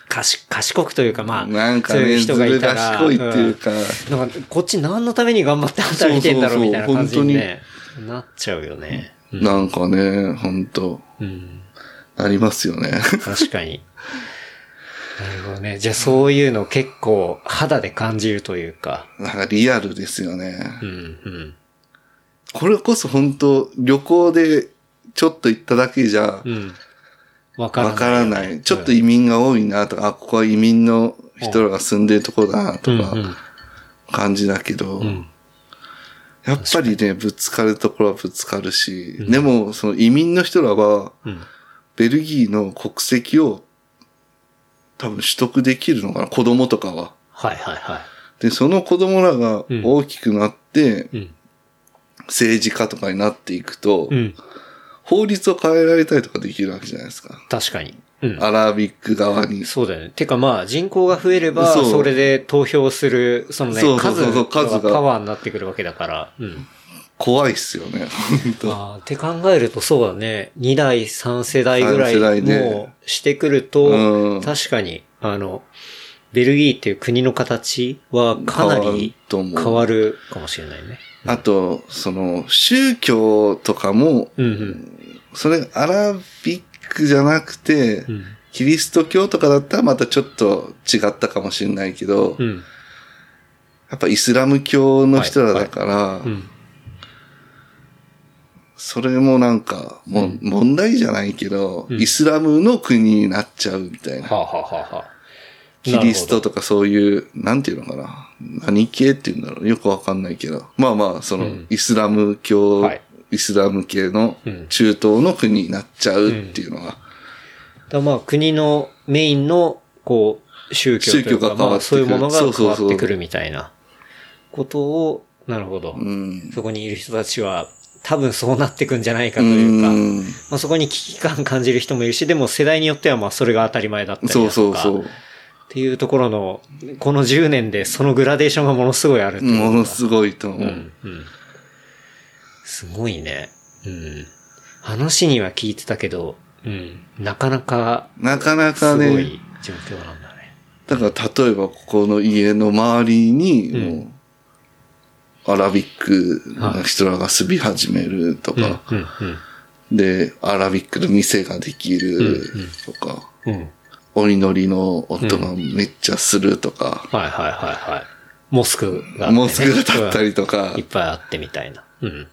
かし、賢くというか、まあ、
なんか
そうい
ね、
う
ず
人が
る
いたら、
賢いっていうか、
うんなんか、こっち何のために頑張って働いてんだろうみたいな感じにね、なっちゃうよね。うん
なんかね、ほんと、
うん
ありますよね。 [LAUGHS]
確かに。なるほどね。じゃあそういうの結構肌で感じるというか。
なんかリアルですよね
う。ん、うん。
これこそ本当旅行でちょっと行っただけじゃ
うん。わからない。
わからない。ちょっと移民が多いなとか、あ、ここは移民の人らが住んでるところだなと
うん
か感じだけど、
うんうん
やっぱりね、ぶつかるところはぶつかるし、でもその移民の人らは
うん。
ベルギーの国籍を多分取得できるのかな、子供とかは。
はいはいは
で、その子供らが
うん
大きくなって
い。うん。
政治家とかになっていくと、
うん。
法律を変えられたりとかできるわけじゃないですか。
確かに。うん。
アラビック側に。
そうだよね。てかまあ人口が増えれば、
そう
それで投票する、そのね
そ、うそう
数
そうそう
が
数が
パワーになってくるわけだから。うん。
怖いっすよ
[LAUGHS]
ね、本当
あーって考えるとそうだね。2代、3世代ぐら
三世代
い
ね
もうしてくると、
うん
確かに、あの、ベルギーっていう国の形はかな
変わる
り
と
変
思う
わるかもしれないね。
あと、その、宗教とかも、
うんうん。
それアラビックじゃなくて、
うん。
キリスト教とかだったらまたちょっと違ったかもしれないけど、
うん。
やっぱイスラム教の人らだから、
うん。
それもなんか、もう問題じゃないけど、
うん
イスラムの国になっちゃうみたいな。
はあ、はあはあはあ、
キリスト
なる
とかそういう、なんていうのかな。何系っていうんだろう。よくわかんないけど。まあまあ、その、
うん
イスラム教、
はい
イスラム系の
うん
中東の国になっちゃうっていうのが、
ほど。だまあ国のメインの、こう、宗教というか、
宗教が変
ま
わ
あ
ってく
そう
る
いうものが
そう
変
そ
わ
うそう
ってくるみたいなことを、なるほど。
うん。
そこにいる人たちは、多分そうなってくんじゃないかと
う
いうか、
ん。
まあ、そこに危機感感じる人もいるし、でも世代によってはまあそれが当たり前だったりだと
そ
か、
うそうそう。
っていうところの、この10年でそのグラデーションがものすごいあるっていう
も
の
の
が
すごいと思う。
うん、うん。すごいね。うん。話には聞いてたけど、うん。なかなか、
なかな
す
か
ご
ね、
い状況なんだね。
だから例えばここの家の周りに、もう、
う
アラビックの人らが住み始めるとか、
うん、うん、
で、アラビックの店ができるとか、
うん。うん。
お祈りの音がめっちゃするとか、
はいはいはいはい。モスクがあってね、
モスクが立ったりとか
いっ、ぱいあってみたいな。うん。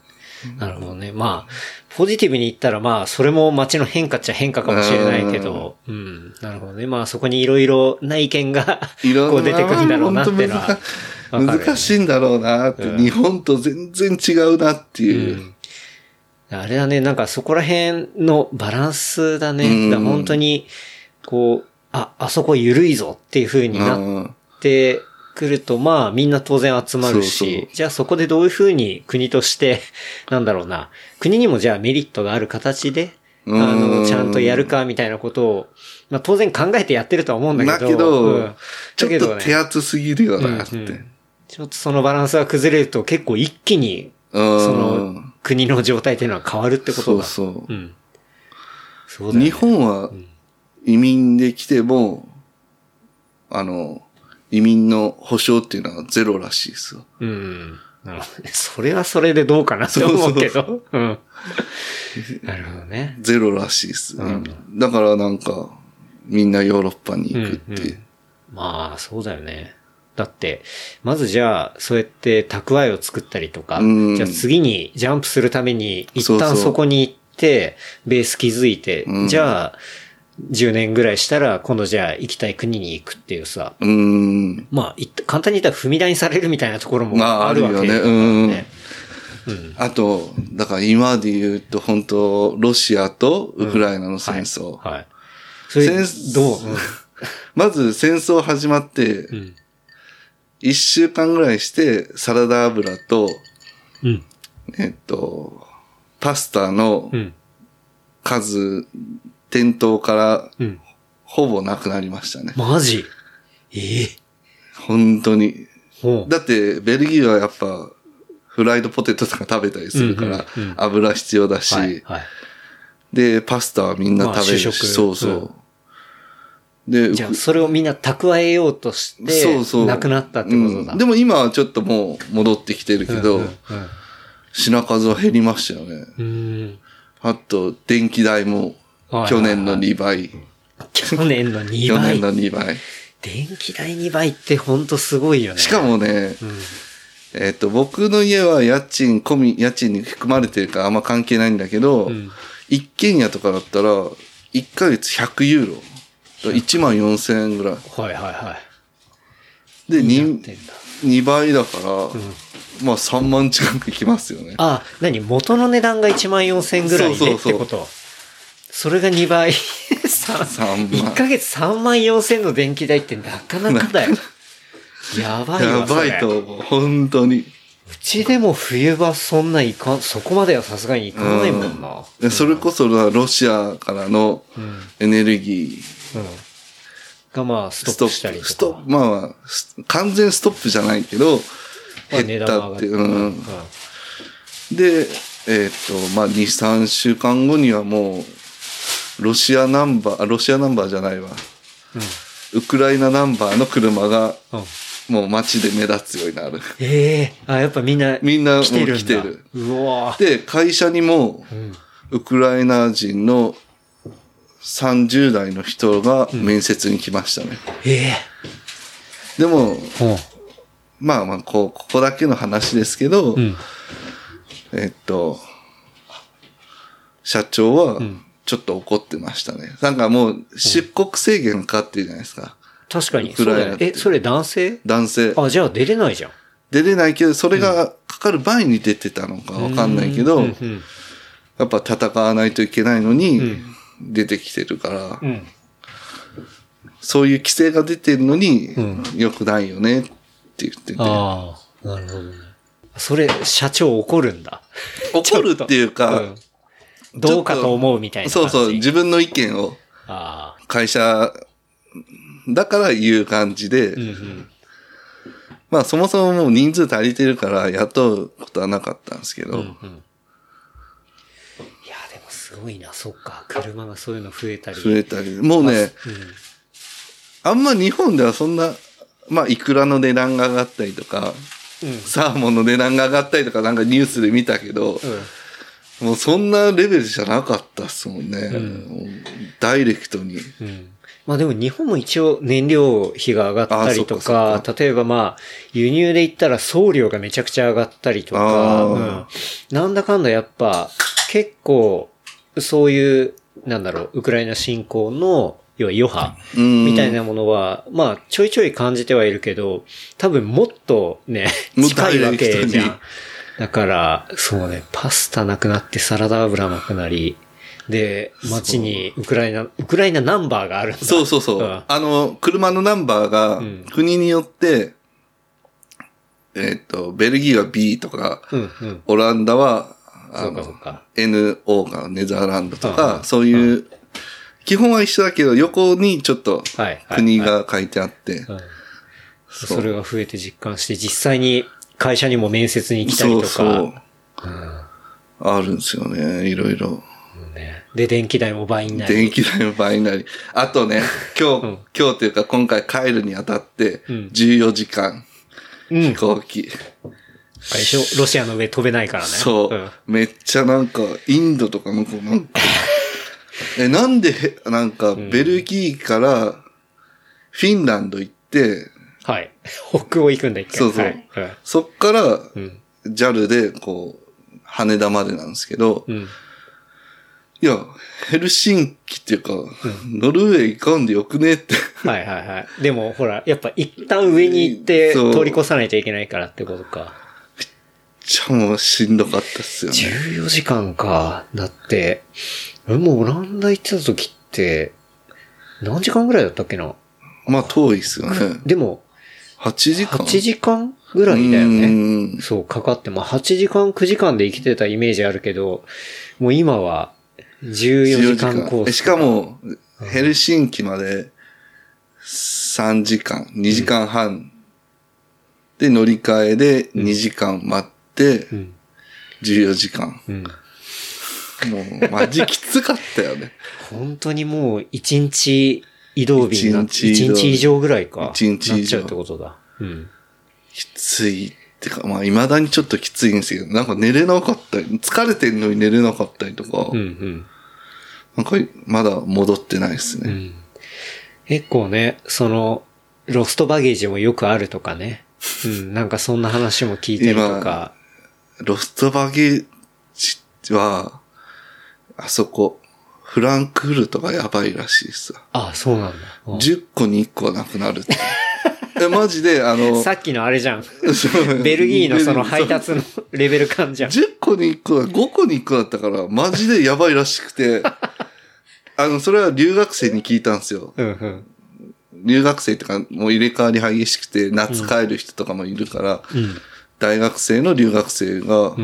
なるほどね。まあ、ポジティブに言ったらまあ、それも街の変化っちゃ変化かもしれないけど、うん。なるほどね。まあ、そこにいろいろな意見が、
[LAUGHS] いろんな
こう出てくるんだろうなっていうのは
本当
わかるよね
難しいんだろうなって、
うん
日本と全然違うなっていう。
うん、あれだね、なんかそこら辺のバランスだね。
うん
だから本当に、こう、あ、あそこ緩いぞっていう風になっ
うん
てくると、まあみんな当然集まるし、
そうそう
じゃあそこでどういう風に国として、 [LAUGHS] なんだろうな、国にもじゃあメリットがある形で、あ
うん
の、ちゃんとやるかみたいなことを、まあ当然考えてやってるとは思うんだ
だ
けど、
けど、
うん
ちょっと
ね
手厚すぎるよなって。
うんうんちょっとそのバランスが崩れると結構一気に
うん
その国の状態っていうのは変わるってこと
そう
だ。。
そう
ん。そう
う。
だよ
日
ね
本は
ん
移民で来ても、あの、移民の保障っていうのはゼロらしいですよ。
うん。 [LAUGHS] なるほどね。それはそれでどうかなって思うけど。うん。なるほどね。
ゼロらしいです、
うん
だからなんか、みんなヨーロッパに行くっていう。
まあ、そうだよね。だって、まずじゃあ、そうやって蓄えを作ったりとか、
うん
じゃあ次にジャンプするために、
そ
一
うそ
旦
う
そこに行って、ベース築いて、
うん
じゃあ、10年ぐらいしたら、今度じゃあ行きたい国に行くっていうさ、
うーん。
まあ、いった簡単に言ったら踏み台にされるみたいなところも
まあ
あるわけだから
あるよねうん
ね。うん。
あと、だから今で言うと本当、ロシアとウクライナの戦争。
はい。それ、
戦争
どう
まず戦争始まって
う、ん。
1週間ぐらいして、サラダ油と、
うん。
えっと、パスタの
うん。
数、店頭から
うん。
ほぼなくなりましたね。
マジええ
本当に。
ほう。
だって、ベルギーはやっぱ、フライドポテトとか食べたりするから
うんうんうん、
油必要だし、
はい。はい。
で、パスタはみんな食べるし、
まあ主食
そうそう。
うん
で、
じゃ
ウ
あ、
ク
それをみんな蓄えようとして、
そうそう。
なくなったってことだ。
うんでも今はちょっともう戻ってきてるけど、
うんうん
品数は減りましたよね。
うんうん
あと、電気代も
はい
去年の2倍。
去年の2
去年
倍。
の2倍。
電気代2倍ってほんとすごいよ
[LAUGHS]
ね。
しかもね、えっと、僕の家は家賃込み、家賃に含まれてるからあんま関係ないんだけど、
ん
一軒家とかだったら、1ヶ月100ユーロ。1万4000円ぐらい。
はいはいはい。
で、2
てんだ、
二倍だから、まあ3万近くいきますよね。
あ、何元の値段が1万4000円ぐらい
そうそう
でっ
そう
てことそれが2倍。さ
三万
1ヶ月3万4000の電気代ってなかなかだよ。やばいわ。
やばい
それ
と思う。本当に。
うちでも冬場そんないかん、そこまではさすがにいかないもんな。
でそれこそロシアからのエネルギー、
うん。がまあ、スト
ス
ッ
ト
プした
ッ
り
プ、
とか。
ストップ、まあまあ、す完全ストップじゃないけど、
まあ値
減っ
段
た
が上
っ、
がってて
うん。
うん
で、えっと、まあ2、3週間後にはもう、ロシアナンバー、あロシアナンバーじゃないわ。ウクライナナンバーの車が、
うん。
もう街で目立つようになる。 [LAUGHS]
ええあ、やっぱみんな、
みんなもう
来てるんだ。
来てる
うわぁ。
で、会社にも、ウクライナ人の30代の人が面接に来ましたね。
え
でも、
えうん。
まあまあ、こう、ここだけの話ですけど、
ん
えっと、社長は、ちょっと怒ってましたね。なんかもう、出国制限かっていうじゃないですか。
確か
ウ
に。
ク
そう
ライナ
だよえ、それ男性
男性。
あ、じゃあ出れないじゃん。
出れないけど、それがかかる前に出てたのかわかんないけど、
うんうん
やっぱ戦わないといけないのに、出てきてるから、
うん。
そういう規制が出てるのに、良くないよねって言ってて。
ああ、なるほどね。それ、社長怒るんだ。
怒るっていうか、
うんどうかと思うみたいな
そ
感
う
じ。
そう、自分の意見を
ああ、
会社だから言う感じで、
うんうん。
まあそもそももう人数足りてるから雇うことはなかったんですけど、
うんうん。いや、でもすごいな。そっか。車がそういうの増えたり。
増えたり、もうね、あんま日本ではそんな、まあイクラの値段が上がったりとか、
うん
サーモンの値段が上がったりとかなんかニュースで見たけど、
うん。
もうそんなレベルじゃなかったっすもんね。もうダイレクトに。
うんまあでも日本も一応燃料費が上がったり
あそ
と
っかそ
か、
っ
例えばまあ輸入で言ったら送料がめちゃくちゃ上がったりとか、うん
あ
なんだかんだやっぱ結構そういう、なんだろう、ウクライナ侵攻の要は余波
うん
みたいなものは、まあちょいちょい感じてはいるけど、多分もっとね、
もっと
近いわ
ダイレ
け
クト
じ
に
ゃん。だから、そうね、パスタなくなってサラダ油なくなり、で、街にウクライナ、ウクライナナンバーがあるんだ。
そうそうそう。
うん
あの、車のナンバーが
ん
国によって、えっ、と、ベルギーは B とか、
うんうん。
オランダは、あ
そうかそう
の、
か。
NO がネザーランドとか、
うん
そういう、基本は一緒だけど、横にちょっと
はいはい
国が書いてあって、
うん
そう
それが増えて実感して、実際に会社にも面接に来たり
そ
と
う
か。
そう。あるんですよね、いろいろ。
ねで、電気代も倍になる。
電気代の倍になり。あと
[LAUGHS]
ね、今日、
ん
今日というか今回帰るにあたって、
うん
14時間、
うん
飛。行機。
会社ロシアの上飛べないからね。
そう、
ん
めっちゃなんか、インドとかのこう
[LAUGHS]
なんかえ、なんで、なんか、ベルギーから、フィンランド行って、
はい。 [LAUGHS] 北欧行くんだ、一回。
そうそう
はいうん
そっから、JAL で、こう、羽田までなんですけど、
うん。
いや、ヘルシンキっていうか、ノルウェー行かんでよくねって。
はいはいはい。でも、ほら、やっぱ一旦上に行って
そう
通り越さないといけないからってことか。
じゃもうしんどかったっすよね。
14時間か。だって、俺もオランダ行ってた時って、何時間ぐらいだったっけな
まあ遠いっすよね。
でも、
8時間
8時間ぐらいだよね。
ね
そう、かかって、まあ8時間、9時間で生きてたイメージあるけど、もう今は14時間コース。
しか、も、ヘルシンキまで3時間、2時間半。で、乗り換えで2時間待って
う、ん。
14時間。
うん。
もう、マジきつかったよね。
本当にもう1日移動日になって、
一日移
1
動
日以上ぐらいか。
一日以上
なっちゃうってことだ。うん。
きついってか、まあ、未だにちょっときついんですけど、なんか寝れなかったり、疲れてんのに寝れなかったりとか、
うんうん。
なんかまだ戻ってないです
う
ね。
ん。結構ね、その、ロストバゲージもよくあるとかね。うん、なんかそんな話も聞いたりとか。
ロストバゲージは、あそこ、フランクフルトがやばいらしいさ。
あ、そうなんだうん。
10個に1個はなくなるって。え、マジで、あの、
[LAUGHS] さっきのあれじゃん。ベルギーのその配達のレベル感じゃん。
10個に1個だ、5個に1個だったから、マジでやばいらしく
[LAUGHS]
て、あの、それは留学生に聞いたんですよ。
うんうん。
留学生とかもう入れ替わり激しくて、夏帰る人とかもいるから、大学生の留学生が、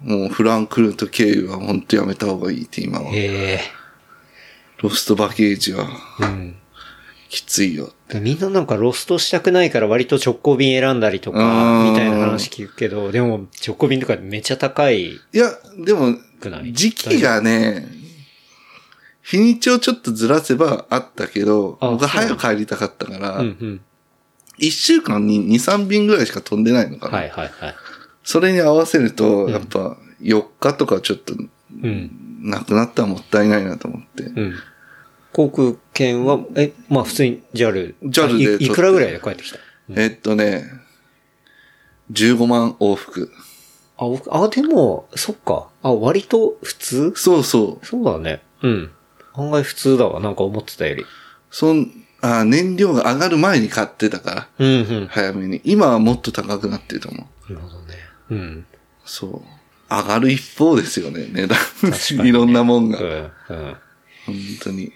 もうフランクルート経由は本当やめた方がいいって今は。
へえ。
ロストバゲージは
うん。
きついよ。
みんななんかロストしたくないから割と直行便選んだりと
う
か、
ん
みたいな話聞くけど、でも直行便とかめっちゃ高い。
いや、でも
くない、
時期がね、日にちをちょっとずらせばあったけど、
あ
僕は
そ
早
う
く帰りたかったか
う
ら、
ん
一週間に2、3便ぐらいしか飛んでないの
う
か
ん。
な。
はいはいはい。
それに合わせると、やっぱ4日とかちょっと
うん。
なくなったらもったいないなと思って。
うん。航空券は、え、まあ普通に JAL。
JAL で取って
いいくらぐらいで帰ってきた
えっとね、15万往復。
あ、僕あ、でも、そっか。あ、割と普通
そうそう。
そうだね。うん。案外普通だわ。なんか思ってたより。
そん、あ、燃料が上がる前に買ってたから、
うんうん。
早めに。今はもっと高くなってると思う。
なるほどね。うん。
そう。上がる一方ですよね、値段
確か。に
いろんなもん
う
が。本
ん。うん。
当に。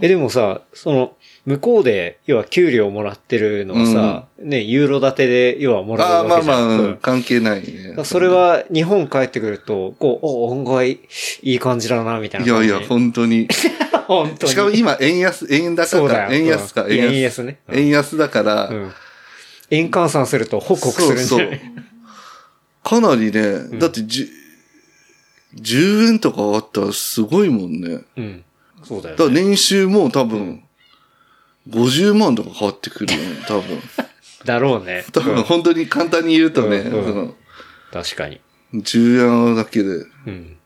え、でもさ、その、向こうで、要は給料もらってるのはさ、ね、ユーロ建てで、要はもら
ああ、
う
ま
わ
あ
けじゃ
ま
ん。
あ、
うん
うん関係ない
だか
ね。
らそれは、日本帰ってくると、こう、お、案外、いい感じだな、みたいない
や
感
い
じ。
や、本当に。
[LAUGHS] 本当に。
しかも今、円安、円
そ
高
うだ
か、
よ
円安か、
うんいや円
円安。
安ね。うん
円安だから、
うん。円換算すると、報告す
そ
る
うん
じ
そ
ゃ
う
ない。
かなりね、だって10、10円とか上がったらすごいもんね。
うん。そうだよ
だから
ね。
年収も多分、50万とか変わってくるよね、多
[LAUGHS]
分。
だろうね。
多分本当に簡単に言うとね、
うんうん
その
確かに。
10円だけで。
うん。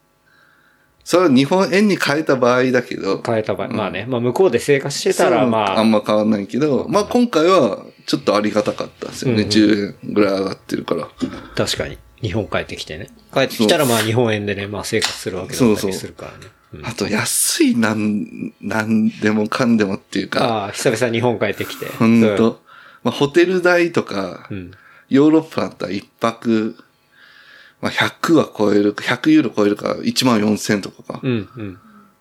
それは日本円に変えた場合だけど、
変えた場合、まあね、まあ向こうで生活してた
そ
ら、
う
ま
あん
あ、
ま変わんないけど、まあ今回はちょっとありがたかったですよね。
うんうん
10円ぐらい上がってるから。
確かに。日本帰ってきてね。帰ってきたら、まあ日本円でね、まあ生活するわけだった
そうそう
りするからね。うん
あと安いなん、なんでもかんでもっていうか、
ああ、久々日本帰ってきて。
ほんと。まあホテル代とか、
うん。
ヨーロッパだったら一泊、まあ100は超えるか、100ユーロ超えるか、1万4000とかか。
うん、うん。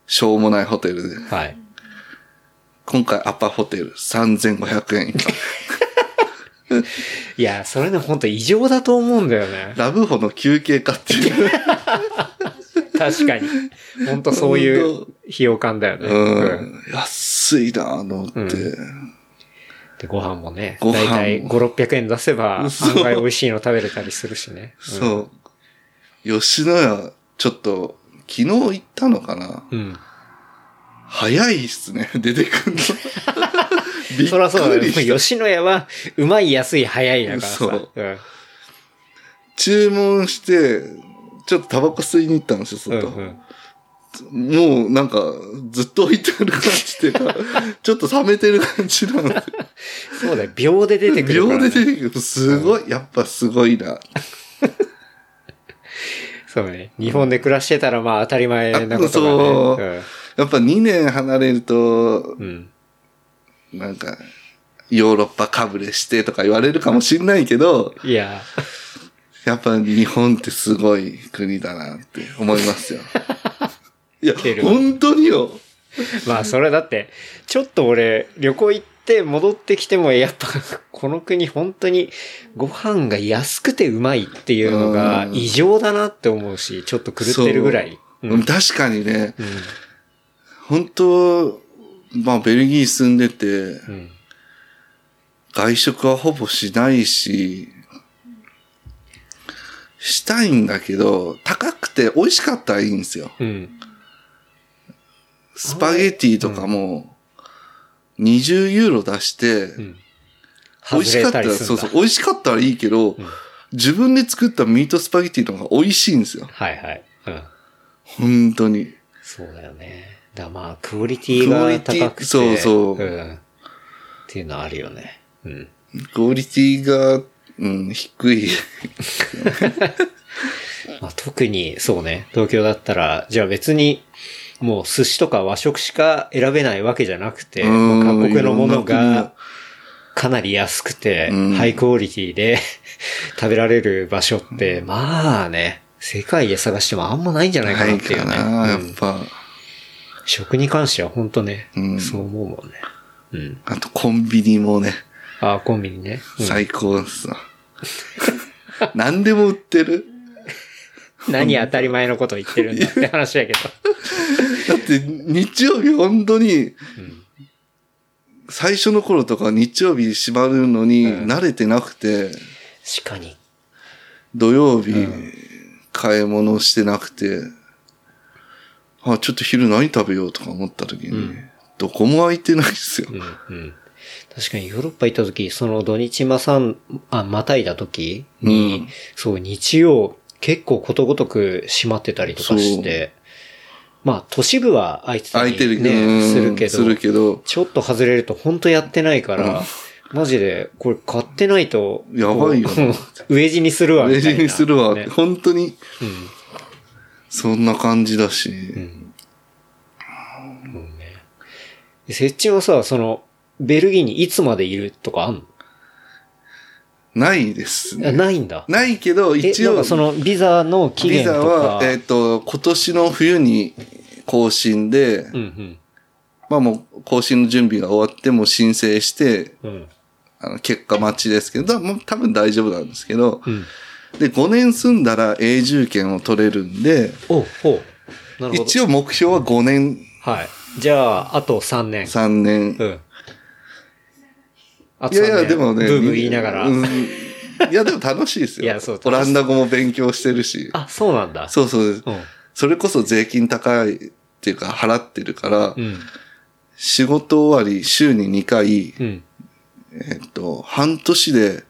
しょうもないホテルで。
はい。
今回アパホテル3500円。
[LAUGHS] いや、それね、本当異常だと思うんだよね。
ラブホの休憩かって
[LAUGHS]
いう。[LAUGHS]
確かに。本当そういう費用感だよね。うん。
うん。安いなぁと思って。
で、ご飯もね、
ご飯
だ
も
いたい5、600円出せば、案
そう
外美味しいの食べれたりするしね。
そう。吉野家、ちょっと、昨日行ったのかな
うん。
早いっすね、出て
[LAUGHS]
くんの。
う
び
ん。そらそうだ
っく
よ
り
ね。
した。
吉野家は、うまい、安い、早いだからさ。
そう
うん。
注文して、ちょっとタバコ吸いに行ったんですよ、
うん
外。
うん。
もうなんか、ずっと置いてある感じ
[LAUGHS]
で、ちょっと冷めてる感じなんで。
そうだよ。秒で出てくるから、
秒
ね。
で出てくる。すごい、やっぱすごいな。
そうね。日本で暮らしてたら、まあ当たり前なこと
そ
が
う
ね。
やっぱ2年離れると、
うん。うん。
なんか、ヨーロッパかぶれしてとか言われるかもしんないけど、
いや、
やっぱ日本ってすごい国だなって思います
[LAUGHS]
よ。いや
け、る
本当によ。
まあそれだって、ちょっと俺、旅行行って戻ってきても、やっぱ、この国本当にご飯が安くてうまいっていうのが
うん
異常だなって思うし、ちょっと狂ってるぐらい。
そう
う
うん
ん。
確かにね、
うん
本当、まあベルギー住んでて、
うん。
外食はほぼしないし、したいんだけど、高くて美味しかったらいいんですよ。
うん。
スパゲティとかも、 20ユーロ出して、
うん。
美味しかったら、
す
そ
ん
う
だ
そう、美味しかったらいいけど、自分で作ったミートスパゲティの方が美味しいんですよ。
はいはい。う
本
ん。
当に。
そうだよね。だからまあ、クオリティが高くて。。
クオリティそうそうん
っていうのはあるよね。うん。
クオリティが、うん、低い。
まあ、特に、そうね、東京だったら、じゃあ別に、もう寿司とか和食しか選べないわけじゃなくて、
うん
もう各国のもの
いろんな国
が
の
かなり安くて、
うん
ハイクオリティで [LAUGHS] 食べられる場所って、まあね、世界で探してもあんまないんじゃないか
は
なっ
い
ていう
か
ね。
な、やっ
うん
ぱ。
食に関しては本当ね、
うん
そう思うもんね。うん。
あと、コンビニもね、
ああ、コンビニね。うん
最高ですな。 [LAUGHS] 何でも売ってる。
何当たり前のこと言ってるんだって話
[LAUGHS]
やけど。
だって、日曜日本当に、
うん
最初の頃とか日曜日縛るのに
うん
慣れてなくて、
確かに。
土曜日
うん
買い物してなくて、あ、ちょっと昼何食べようとか思った時に、
うん
どこも空いてないですよ。
うんうん。確かにヨーロッパ行った時、その土日まさん、あ、またいだ時に、
うん
そう、日曜、結構ことごとく閉まってたりとかして、まあ、都市部は空いてた
空
り、
いてる
ね、
うん
するけど、
するけど、
ちょっと外れると本当やってないから、マジで、これ買ってないと、
やばいよ
こう [LAUGHS] 飢え死にするわ、
レ
みたいな
ジにするわ、
ね
本当に
うん
そんな感じだし、
うん。もうね。設置はさ、その、ベルギーにいつまでいるとかあん
ないです
のあ
ね。
ないんだ。
ないけど、
え
一
なん
応
か、そのビザの期
ビ
限と
ザ
か
は。、えっ、と、今年の冬に更新で、
うん
まあもう更新の準備が終わっても申請して、
うん。うん。
あの結果待ちですけど、だもう多分大丈夫なんですけど、
うん。
で、5年住んだら永住権を取れるんで、
おほう。なるほど。
一応目標は5年、
はい。じゃあ、あと3年。
3年。
うん。あ
いやいや、でもね。
ブーブー言いながら。
うんいや、でも楽しいですよ。
いやそう
オランダ語も勉強してるし。
あ、そうなんだ。
そうそうです。
う。
それこそ税金高いっていうか払ってるから、
ん。うん。
仕事終わり週に2回、
うん。
えっと、半年で、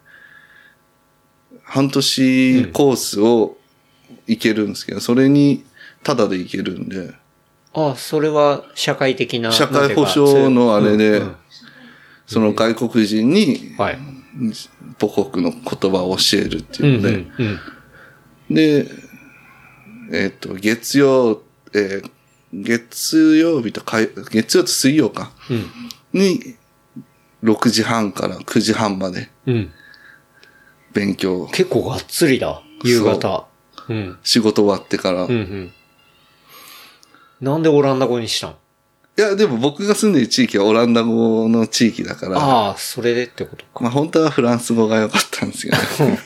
半年コースを行けるんですけど、それにタダで行けるんで、
あ、それは社会的な。
社
な
会
んていうか
保障のあれで
うんうん
その外国人に
はい。
母国の言葉を教えるって
う
いうの
ん。う
で、
ん。うん
で、えっ、と、月曜、えー月曜日と火曜月曜と水曜か、
うん。
に、6時半から9時半まで
うん。
勉強、
結構がっつりだ。夕方。うん。
仕事終わってから。
うんう
い
ん。なんでオランダ語にしたん
や、でも僕が住んでる地域はオランダ語の地域だから、
ああ、それでってことか。
まあ本当はフランス語が良かったんですよ
[LAUGHS]
ね。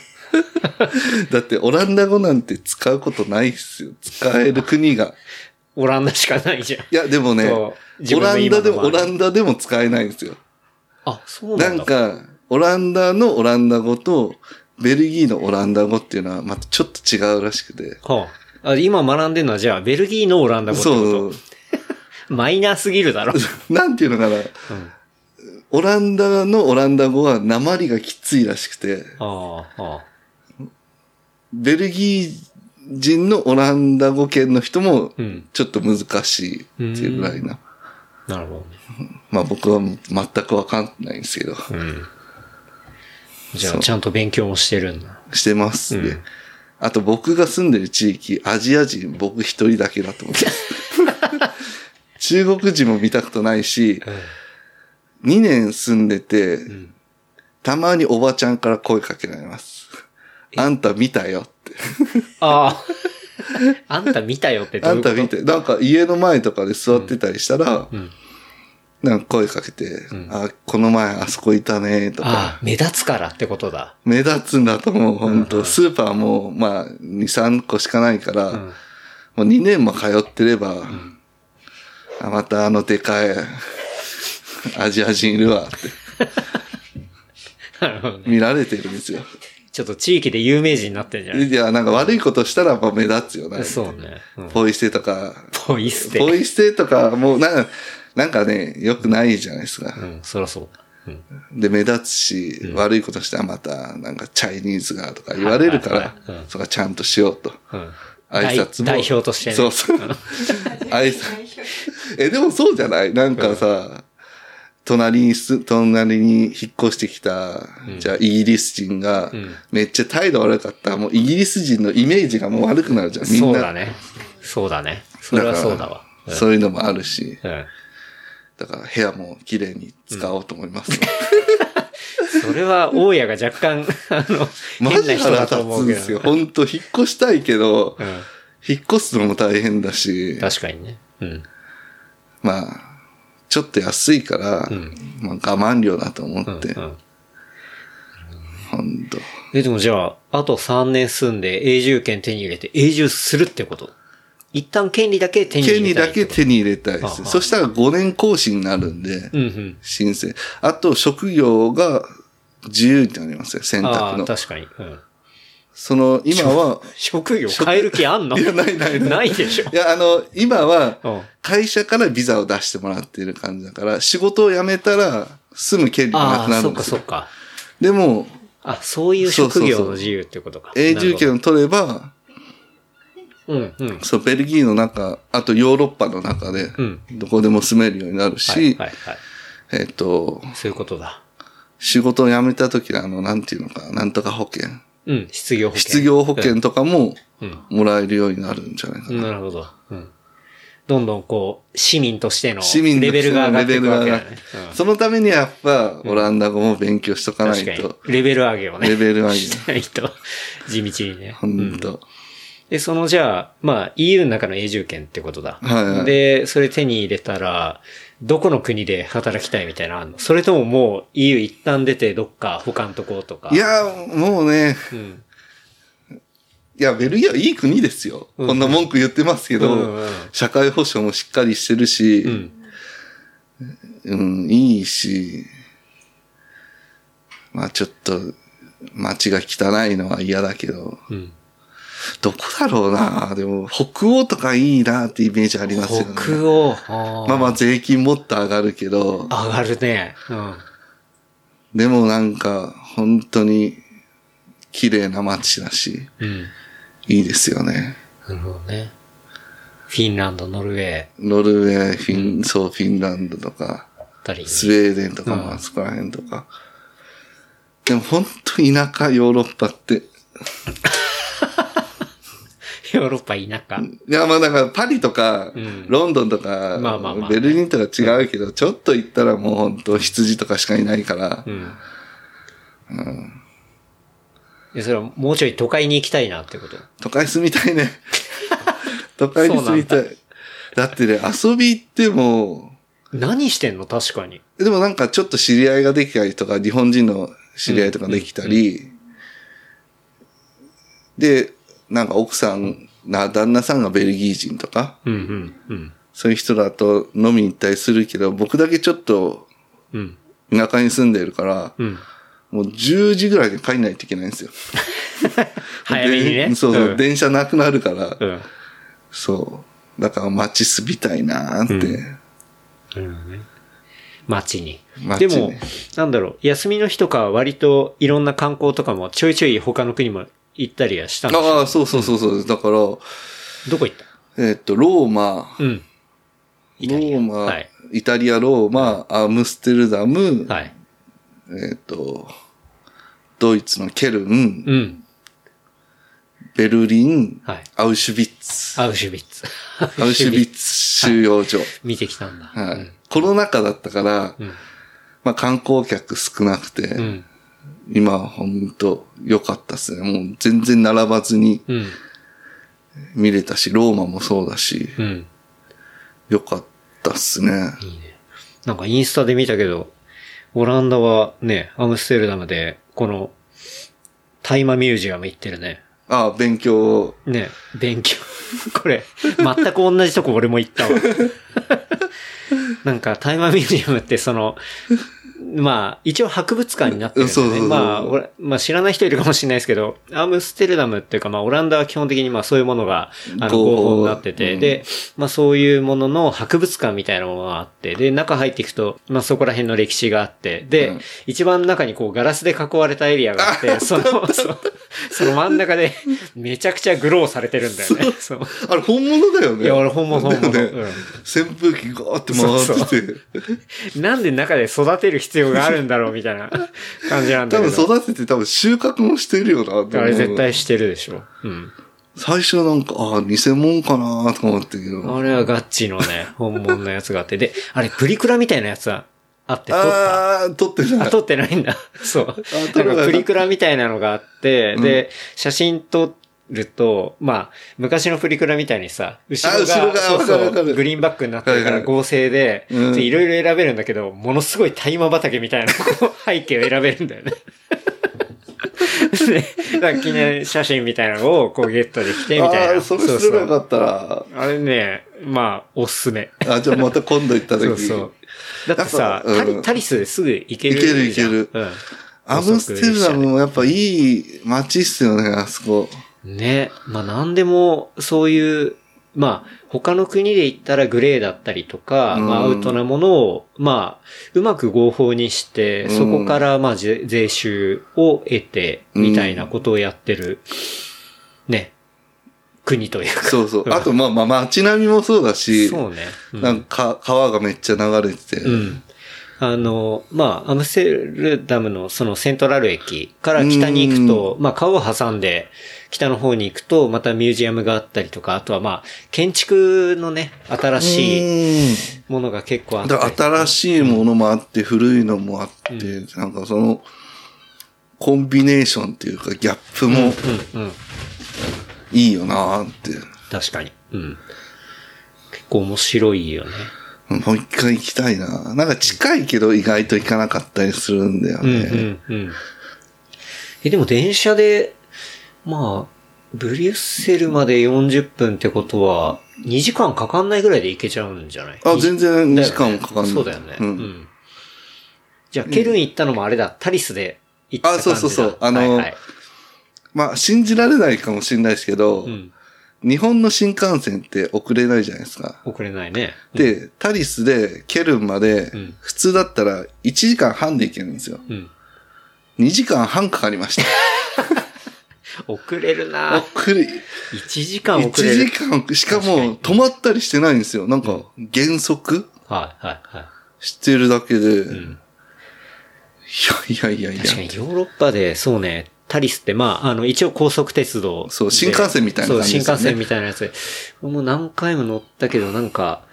だってオランダ語なんて使うことないっすよ。使える国が。
オランダしかないじゃん。
いや、でもね、
そう自
オ
分
ラ
の
ン
今
ダで
の
も、
周
オ
り
ランダでも使えないんですよ。
あ、そうな
なん
だ。
んか、オランダのオランダ語と、ベルギーのオランダ語っていうのは、またちょっと違うらしくて。
はあ、あ今学んでるのはじゃあ、ベルギーのオランダ語ってこ
そ
と
う。
マイナーすぎるだろ。
なんていうのかな。
うん、
オランダのオランダ語は、鉛がきついらしくて、
ああ、ああ。
ベルギー人のオランダ語圏の人も
う、ん。
ちょっと難しいっていうぐらいな。
なるほどね。
まあ僕は全くわかんないんですけど、
うん。じゃ
そ
あ、
う
ちゃんと勉強もしてるんだ。
してますね。
うん
あと僕が住んでる地域、アジア人僕一人だけだと思ってます。
[LAUGHS]
中国人も見たことないし、2年住んでて、
ん
たまにおばちゃんから声かけられます。あんた見たよって。
あ [LAUGHS] あ。あんた見たよってど
あ
うい
ん
うこと
た見て、なんか家の前とかで座ってたりしたら、
んうん
なんか声かけて、
ん
あ、この前あそこいたね、と
ああ
か。、
目立つからってことだ。
目立つんだと思う、本当、スーパーも、まあ、2、3個しかないから、
うん。
もう2年も通ってれば、あ、またあのでかいアジア人いるわって
なるほどね。
見られてるんですよ。
ちょっと地域で有名人になってんじゃない
いや、なんか悪いことしたらまあ目立つよな。
そうね。うん
ポイ捨てとか、
ポイ捨て。
ポイ捨てとか、もうなんか、なんかね、良くないじゃないですか。
うん、そらそうだ。うん。
で、目立つし、悪いことしたらまた、なんか、チャイニーズがとか言われるか
はい
ら
はいはいうん、
そこはちゃんとしようと。
うん。
挨拶も。
代代表としてね
そうそう。 [LAUGHS] 挨拶。え、でもそうじゃないなんかさ、隣にす、隣に引っ越してきた、じゃあイギリス人が、めっちゃ態度悪かったら、もうイギリス人のイメージがもう悪くなるじゃん、みんな。
そうだね。そうだね。それはそうだわ。
からそういうのもあるし、
うん。
だから部屋も綺麗に使おうと思います。
それは、大家が若
[LAUGHS]
干、あの、
マ
変
ジ
な人
腹
だ
立
と
つ
思うんけ
ですよ。
ど。
本当引っ越したいけど、
うん。
引っ越すのも大変だし、
確かにね。うん。
まあ、ちょっと安いから、
ん
まあ我慢量だと思
うん。
っ
う
て、
ん。
ほんと。
え、でもじゃあ、あと3年住んで永住権手に入れて永住するってこと一旦権利だけ手に入
権
れ
利
たい
だ
って
け
こと
手に入れたいで
あ
す。
あ
そしたら5年更新になるんで、
うんうん。
申請。あと、職業が自由になりますよ、選
あ
択
あ、
の。
確かに。うん。
その、今
[LAUGHS]
は、
職業変える気あんの
いや、ないないない。
ないでしょ
[LAUGHS] い。や、あの、今は
うん、
会社からビザを出してもらっている感じだから、仕事を辞めたら、住む権利がな
あ
くな
あ、
る
そっ
んで
か
す
そ
よ
っ。か。
でも、
あ、そういう職業の自由ってことか。
永住権を取れば、
なるほど。うん、うん。
そう、ベルギーの中、あとヨーロッパの中で
うん、
どこでも住めるようになるし、
はい、はい、はい。
えっ、と、
そういうことだ。
仕事を辞めた時のあの、なんていうのか、なんとか保険。
うん、失業保険。
失業保険とかも
うん
もらえるようになるんじゃないか
うん。
な。
なるほど。うん。どんどんこう、市民としての
市民の
レベルが上がっていくわけだ
レベ
ね
ル。が上がるそのためにはやっぱ、オランダ語も勉強しとか
うん
な
確
い
かに
と。。
レベル上げをね。
レベル上げ
しないと、地道にね。
ほんと。
で、そのじゃあ、まあ EU の中の永住権ってことだ。
はいはい
で、それ手に入れたら、どこの国で働きたいみたいなのあんのそれとももう EU 一旦出てどっか他のとことか。
い、や、もうね、
うん。
いや、ベルギーはいい国ですよ。
うん
こんな文句言ってますけ
うんうんう
ど
ん、
社会保障もしっかりしてるし、
うん。
うん、いいし、まあちょっと、街が汚いのは嫌だけど、
うん。
どこだろうなでも、北欧とかいいなってイメージありますよね。
北欧。あー
まあまあ税金もっと上がるけど、
上がるね。うん。
でもなんか、本当に、綺麗な街だし、
うん。
いいですよね。
なるほどね。フィンランド、ノルウェー
ノルウェー、フィン、そう、フィンランドとか、
あたりに。
スウェーデンとかもあそこら辺とか。でも本当田舎ヨーロッパって、
ヨーロッパ田舎。
いや、まあだからパリとか、
ん
ロンドンとか、
まあまあまあ
ベルリンとか違うけど、ちょっと行ったらもう本当羊とかしかいないから、
うん。でそれはもうちょい都会に行きたいなってこと。
都会住みた
[LAUGHS]
いね。都会に住みたい。だってね、遊び行っても、
何してんの確かに。
でもなんかちょっと知り合いができたりとか、日本人の知り合いとかできたり、で、なんか奥さん、な、旦那さんがベルギー人とか、
うんうん
そういう人だと飲みに行ったりするけど、僕だけちょっと
うん。うん。
田舎に住んでるから、
うん。
もう10時ぐらいで帰んないといけないんですよ。
早めにね。
でそう [LAUGHS] そう、
ん
電車なくなるから、
うん。
そう。だから街住みたいなーって。
街に。
街に
でも、なんだろう、休みの日とかは割といろんな観光とかもちょいちょい他の国も行ったりはしたんでしょ
ああ、そうそうそうそう。だから、
どこ行った
えっと、ローマ、
うん。イタ
ロ
リア
ーマ、
はい
イタリア、ローマ、アムステルダム、
はい。
えっと、ドイツのケルン、
うん。
ベルリン、
はい
アウシュビッツ、
アウシュビッツ。
アウシュビッツ収容所。
[LAUGHS] 見てきたんだ。
はい。コロナ禍だったから、
ん
まあ観光客少なくて、
うん。
今はほんと良かったっすね。もう全然並ばずに
うん。
見れたし、ローマもそうだし、
うん。
良かったっすね。
なんかインスタで見たけど、オランダはね、アムステルダムで、この、大麻ミュージアム行ってるね。
ああ、勉強。
ね、勉強。 [LAUGHS] これ、全く同 [LAUGHS] じとこ俺も行ったわ。なんか、タイマーミュージアムってその、まあ、一応博物館になってるんです
そうそう
ね。
そう
まあ、俺まあ知らない人いるかもしれないですけど、アムステルダムっていうか、まあ、オランダは基本的にまあそういうものが、あの、
合法
合法になってて、
うん
で、まあそういうものの博物館みたいなものがあって、で、中入っていくと、まあそこら辺の歴史があって、で、
うん
一番中にこうガラスで囲われたエリアがあって、その、そうその真ん中で、めちゃくちゃグローされてるんだよね。そう。
あれ本物だよね。
いや、俺本物本物。
だよね
うん
扇風機ガーって回ってて。
なんで中で育てる必要があるんだろうみたいな感じなんだ
多
け
分
ど。
育てて多分収穫もしてるよなと思う。
あれ絶対してるでしょ。うん。
最初なんか、ああ、偽物かなとか思ったけど。
あれはガッチのね、本物のやつがあって。で、あれプリクラみたいなやつはあって撮った。
ああ、撮ってな
あ、
い。
撮ってない
[LAUGHS]
んだ。そう。
あ撮
な
る
ん
わ
かプリクラみたいなのがあって、
うん
で、写真撮ると、まあ、昔のプリクラみたいにさ、後ろが、
あ後ろが
そう
わかる
そ
わか
う、
る
グリーンバックになってるか
はい
ら
はい
合成で、
うん
でいろいろ選べるんだけど、ものすごい大麻畑み
[LAUGHS]
たいなこう背景を選べるんだよね。で、なんか記念写真みたいなのをこうゲットできてみたい
あ
な。
あ、それ知らなかったら。
あれね、まあ、おすすめ。
あ、じゃあまた今度行った時。
そうそう。だってさ、
やっぱ
タ
うん
リタリスですぐ行ける
行ける行ける
じゃんうん
アムステルダムもやっぱいい街っすよね、あそこ。
ね。まあ何でも、そういう、まあ他の国で言ったらグレーだったりとか、
うん
まあアウトなものを、まあうまく合法にして、
うん
そこからまあぜ税収を得て、みたいなことをやってる、ね、国というか。
そう
[LAUGHS]
そう。あと、まあまあ街並みもそうだし、
そうね。うん
なんか川がめっちゃ流れてて。
うん。あの、まあ、アムステルダムのそのセントラル駅から北に行くと、まあ、川を挟んで北の方に行くと、またミュージアムがあったりとか、あとはまあ、建築のね、新しい
うん
ものが結構あった
だ
り。
から新しいものもあって、古いのもあって、なんかその、コンビネーションっていうか、ギャップも
うんうん。
いいよなーって。
確かに。うん。結構面白いよね。
もう一回行きたいな。なんか近いけど意外と行かなかったりするんだよ
うん
ね。
うんうん。え、でも電車で、まあ、ブリュッセルまで40分ってことは、2時間かかんないぐらいで行けちゃうんじゃない
あ、全然時間もかかんない。
そうだよね。
う
うんん。じゃあ、ケルン行ったのもあれだ、タリスで行った
あ
感じだ。
そうそうそう
はいはい
あのまあ、信じられないかもしれないですけど、
うん。
日本の新幹線って遅れないじゃないですか。
遅れないね。
で、タリスでケルンまで
ん、
普通だったら1時間半で行けるんですよ。
うん。
2時間半かかりま
[LAUGHS]
した。
遅れるな
遅れ、
1時間
1
遅れ
時
る。
間しか
確かに
も止まったりしてないんですよ。なんか減速
はいはいは
してるだけで。
い。うん。
いやいやいや
確か
いや。
にヨーロッパで、そうね、タリスって、まあ、あの、一応高速鉄道で。
そう新幹線みたいな感じですよね
そう、新幹線みたいなやつ。もう何回も乗ったけど、なんか、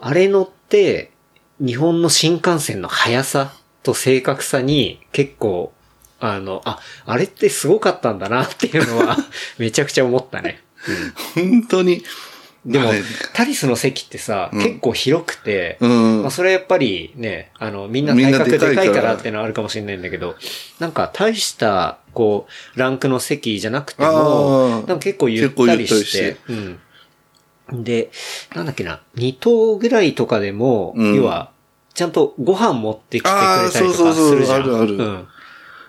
あれ乗って、日本の新幹線の速さと正確さに結構、あの、あ、あれってすごかったんだなっていうのは、めちゃくちゃ思ったね。
本当に。
でも
あれ、
タリスの席ってさ、
うん
結構広くて、
うん
まあ、それはやっぱりね、あの、みんな
みん
体
な
格
で
で
か
か
い
い
から
からっていうのはあるかもしれないんだけど、なんか大した、こう、ランクの席じゃなくても
あ、ー
なんか結構ゆったりし
結
て、うん。で、なんだっけな、2等ぐらいとかでも、
うん
要は、ちゃんとご飯持ってきてくれたり
あー
と
そうそう
か
そう
するじゃん。
あるある
うん。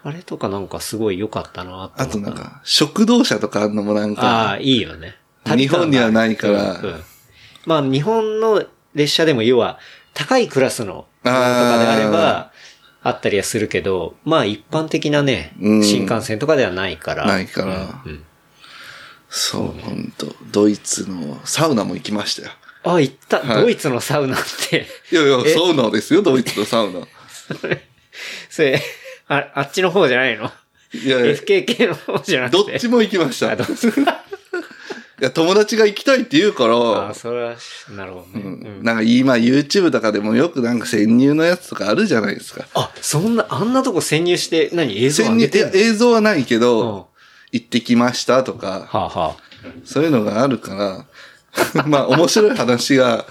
あれとかなんかすごい良かったなって
あ
思った
となんか、食堂車とかあんのもなん
あ
か、
あ、いいよね。
日本にはないから
うんうんまあ、日本の列車でも要は、高いクラスのものとかであれば、あったりはするけど、まあ一般的なね、
うん
新幹線とかではないから。
ないから
うんうん
そう、本当ドイツのサウナも行きましたよ。
あ、行った、
はい
ドイツのサウナって、 [LAUGHS]
いやい
え
や、サウナですよ、ドイツのサウナ。
それ、あ、あっちの方じゃないの
いやいや、
?FKK の方じゃな
ど
くて。
っちも行きました。
あ
い
どっ
や、友達が行きたいって言うか
あ
ら、
それは、なるほどね。
うん
うん
なんか今 YouTube とかでもよくなんか潜入のやつとかあるじゃないですか。
あ、そんな、あんなとこ潜入して、何映像
潜
上
入、
げ
い
てん
や
の
映像はないけ
うん
ど
は、
行ってきましたとか、
あ、は
そういうのがあるから、 [LAUGHS] まあ面白い話が、
あ。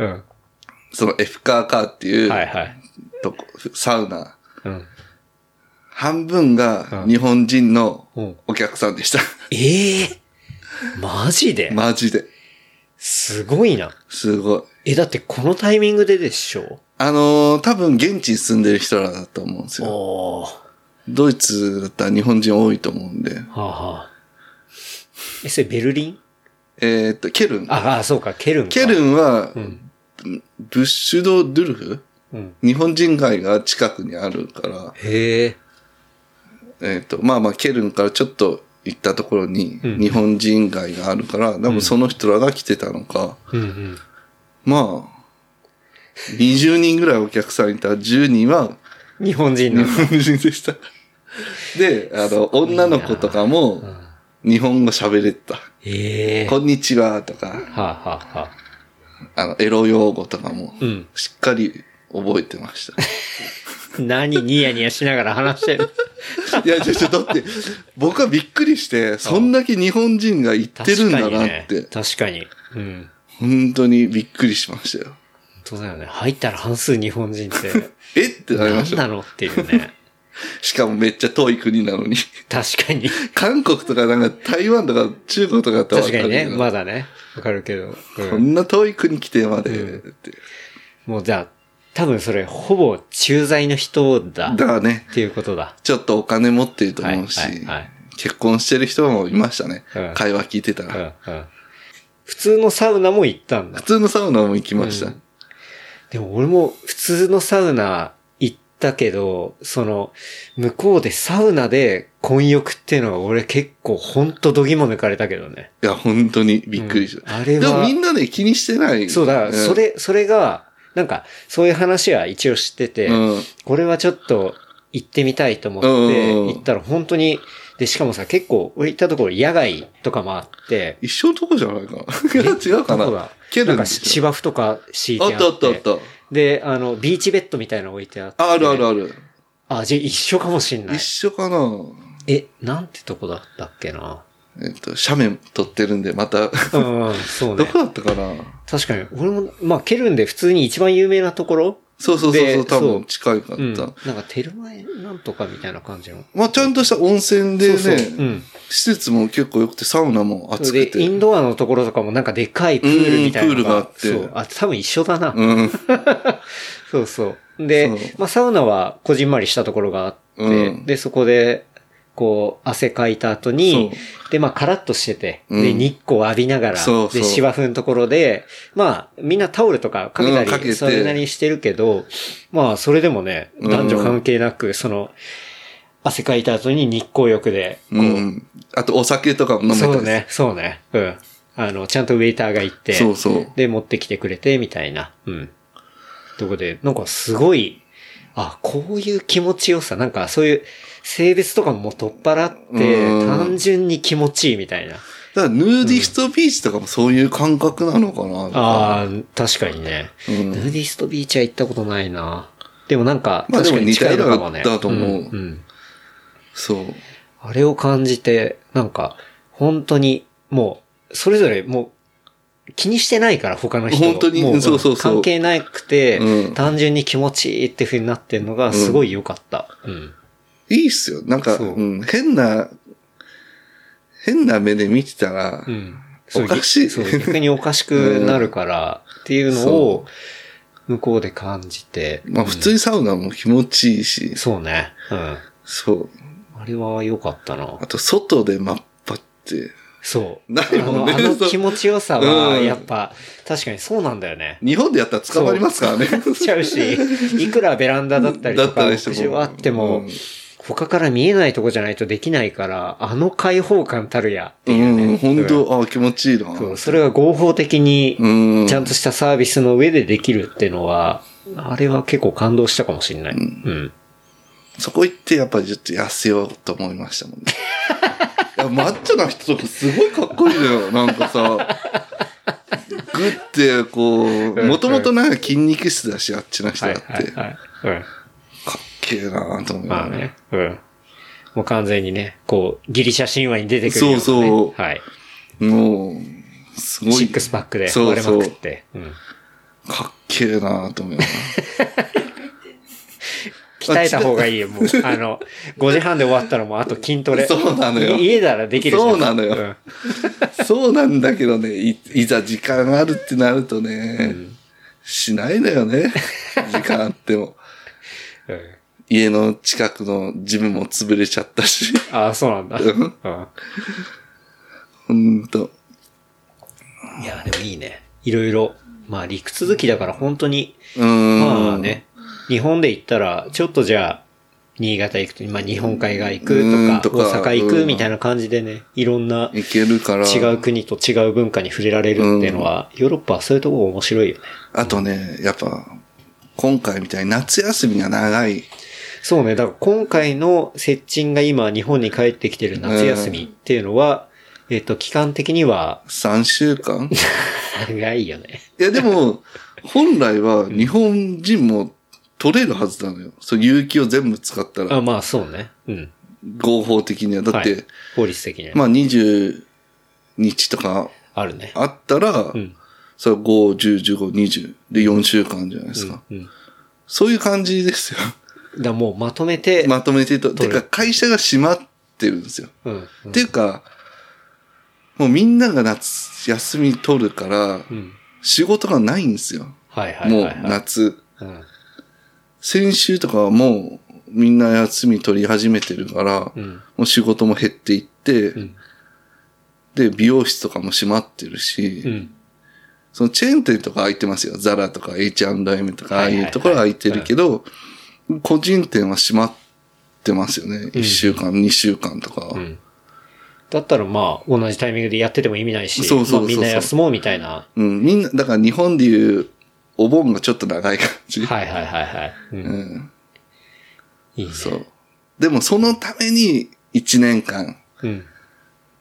うん。
その F カーカーっていう
はいはい。
とこ、サウナ、
うん。
半分が
うん
日本人の
うん
お客さんでした。
ええマジで、
マジで。
すごいな。
すごい。
え、だってこのタイミングででしょ
あのー多分現地に住んでる人らだと思うんですよ。
おー。は
ドイツだったら日本人多いと思うんで。
あ、はあ、え、それベルリン
えーっと、ケルン。
ああ、そうか、ケルンか。
ケルンは、
ん
ブッシュド・ドゥルフ
うん。
日本人街が近くにあるから、
へえ。
えーっと、まあまあ、ケルンからちょっと行ったところに
うん
日本人街があるから、多分その人らが来てたのか、
うんうん。
まあ、20人ぐらいお客さんいたら10人は
日本人
日
の。
本人でした。 [LAUGHS] で、あの、女の子とかも
うん
日本語喋れてた。
へえ。は
こんにちはとか、
あ、はあはあ、
あの、エロ用語とかも
うん、
しっかり覚えてました。 [LAUGHS]
何ニヤニヤしながら話してる。
いや、ちょ、ちょ、だって、僕はびっくりして、そんだけ日本人が言ってるんだなって、
確かに、ね。確かに。うん。
本当にびっくりしましたよ。
本当だよね。入ったら半数日本人
[LAUGHS]
って、
えってなりま
何
し
な
た。
のっていうね。
しかもめっちゃ遠い国なのに。 [LAUGHS]
確かに。
韓国とかなんか台湾とか中国とかだったらわ
確
か
か
る
に
け
ね。
ど、
まだね。わかるけど。う
こ
ん、
んな遠い国来てまで、
う
って。
もうじゃあ、多分それ、ほぼ駐在の人だ。
だからね、
っていうことだ。
ちょっとお金持ってると思うし、
はいはいはい
結婚してる人もいましたね。
うん
会話聞いてた
う
ら、
んうん。普通のサウナも行ったんだ
普。通のサウナも行きました。
うんでも俺も普通のサウナ行ったけど、その、向こうでサウナで混浴っていうのは俺結構ほんと度肝抜かれたけどね。
いや、本当にびっくりした。
うんあれは
でもみんなで気にしてない。
そうだ、
ん
そ、れ、それが、なんか、そういう話は一応知ってて、
うん。
これはちょっと行ってみたいと思って、
うん
行ったら本当に、で、しかもさ、結構、俺行ったところ野外とかもあって、
一緒のとこじゃないか
[LAUGHS]
な。いや、違うか
どこ
な。
だ
ケル
な
ン
んか
で
し
しょ。
芝生とか敷いて
あ
あ
っ
って。
たあったあった。
で、あの、ビーチベッドみたいなの置いてあって。
あるあるある。
あ、じゃあ一緒かもしんない
一。緒かな。
え、なんてとこだったっけな。
えっと、斜面撮ってるんで、また、
うん、そう
ど
ね
こ。だったかな。
確かに。俺も、まあ、ケルンで普通に一番有名なところ
そうそうそうそ
で
う、多
そう
分近いかっ
うん。なん
た。
か、テルマエなんとかみたいな感じの。
まあ、ちゃんとした温泉でね、
そうそううん。
施設も結構良くて、サウナも暑
そ
く
れで、イン
て。
ドアのところとかもなんかでかいプールみたいなの
うんプールが
そう。あ、多分一緒だな。
うん。
そうそう。で
そう、
まあ、サウナはこじんまりしたところがあって、
うん
で、そこで、こう、汗かいた後に、で、まあ、カラッとしてて、
うん
で、日光浴びながら、
そうそう
で、芝生のところで、まあ、みんなタオルとかかけた
うんかけ
り、
て
それなりにしてるけど、まあ、それでもね、
うん
男女関係なく、その、汗かいた後に日光浴で、こ
う、ん。あと、お酒とかも飲めたり
そうね、そうね、うん。あの、ちゃんとウェイターが行って、
そうそう。
で、持ってきてくれて、みたいな。うん。とこで、なんかすごい、あ、こういう気持ちよさ、なんかそういう性別とかももう取っ払って、
うん
単純に気持ちいいみたいな。
だから、ヌーディストビーチとかもそういう感覚なのかな。
ああ、確かにね。
う
ヌ
ん。
ーディストビーチは行ったことないな。でもなんか、
まあ
確か
でも
に
似た
近い
よう
の
な
か
の
もね。
だと思うん
ん
そう。
あれを感じて、なんか、本当に、もう、それぞれもう、気にしてないから、他の人
本当に
も
そうそうそう
関係なくて、
うん
単純に気持ちいいって風になってるのが、すごい良かった。うん。
いいっすよ。なんか、
そう
うん、変な、変な目で見てたら、
うん。
おかしい
そうそう逆におかしくなるから、っていうのを、向こうで感じて。
まあ普通にサウナも気持ちいいし、
そうね。うん。
そう。
あれは良かったな
あ。と、外でマッパって、
そう。
ないもんね
あのあの
そう
気持ちよさは、
うん
やっぱ、確かにそうなんだよね。
日本でやったら捕まりますからね。 [LAUGHS]
っちゃうし、いくらベランダだったり
だ
と
った
か、
りして
屋上あっても、
うん
他から見えないとこじゃないとできないから、あの開放感たるやって
う
いうね。
ん、本当ああ、気持ちいいな。
そうそれが合法的に、
うん。
ちゃんとしたサービスの上でできるっていうのは、あれは結構感動したかもしれない。うん。
そこ行って、やっぱりちょっと痩せようと思いましたもんね。 [LAUGHS] いやマッチョな人とかすごいかっこいいのよ。なんかさ、グって、こう、もともとなんか筋肉質だし、あっちの人
は
だ
い
って。
はい
かっ
はい。うん。
けえなと思う、
まあね。うん。もう完全にね、こう、ギリシャ神話に出てくるような、ね。
そうそう
はい。
もう、すごい。
シックスパックで
そ
割
う
れま
そう。
く
か
っ。
って
うん。
けえなと思うよな。
鍛えた方がいい
[LAUGHS]
よ、もう。あの、5時半で終わったらもうあと筋トレ。
そうなのよ
い家ならできるじゃん
そうなのよそうなんだけどね、いいざ時間あるってなるとね、しないのよね。時間あっても。
うん
家の近くのジムも潰れちゃった
[LAUGHS]
し。
ああ、そうなんだ。
うん
うん
ほんと。
いや、でもいいね。いろいろ。まあ、陸続きだから本当に、
うーん。
まあね、日本で行ったら、ちょっとじゃあ、新潟行くと、まあ、日本海側行
うん
くと
と
か、
か
大阪行
う
く
ん
みたいな感じでね、いろんない
けるから。
違う国と違う文化に触れられるっていうのは、ヨーロッパはそういうとこ面白いよね。
あとね、やっぱ、今回みたいに夏休みが長い。
そうね、だから今回の接近が今、日本に帰ってきてる夏休みっていうのは、えっと、期間的には、
3週
[LAUGHS]
間
長いよね。
いやでも、本来は日本人も取れるはずなのよ。そう、有給を全部使った
あ
ら、
まあ、そうね。うん。
合法的には。だって、
はい法律的には。
まあ20日とか
あるね。
あったら、
うん。
それ5、10、15、20で4週間じゃないですか。
うん。
そういう感じですよ。
だからもうまとめて、
まとめて言うと。
取
て
れる
か会社が閉まってるんですよ。
うん。うん
っていうか、もうみんなが夏休み取るから、
うん。
仕事がないんですよ。
はいはい
も
は
う
い、はい。
夏。
うん
先週とかはもうみんな休み取り始めてるから、
うん。
もう仕事も減っていって、
ん
で、美容室とかも閉まってるし、
うん。
そのチェーン店とか開いてますよ。ザラとか H&M とか、あ
は
あ
いはい
い
はいう
ところは開いてるけど、個人店は閉まってますよね。1週間、2週間とか。
んだったらまあ、同じタイミングでやってても意味ないし、
そうそうそうそう
まあみんな休もうみたいな。
うん、みんな、だから日本でいうお盆がちょっと長い感じ。
はいはいはいはい。うん。
うん、
いいね。
そう。でもそのために1年間
うん。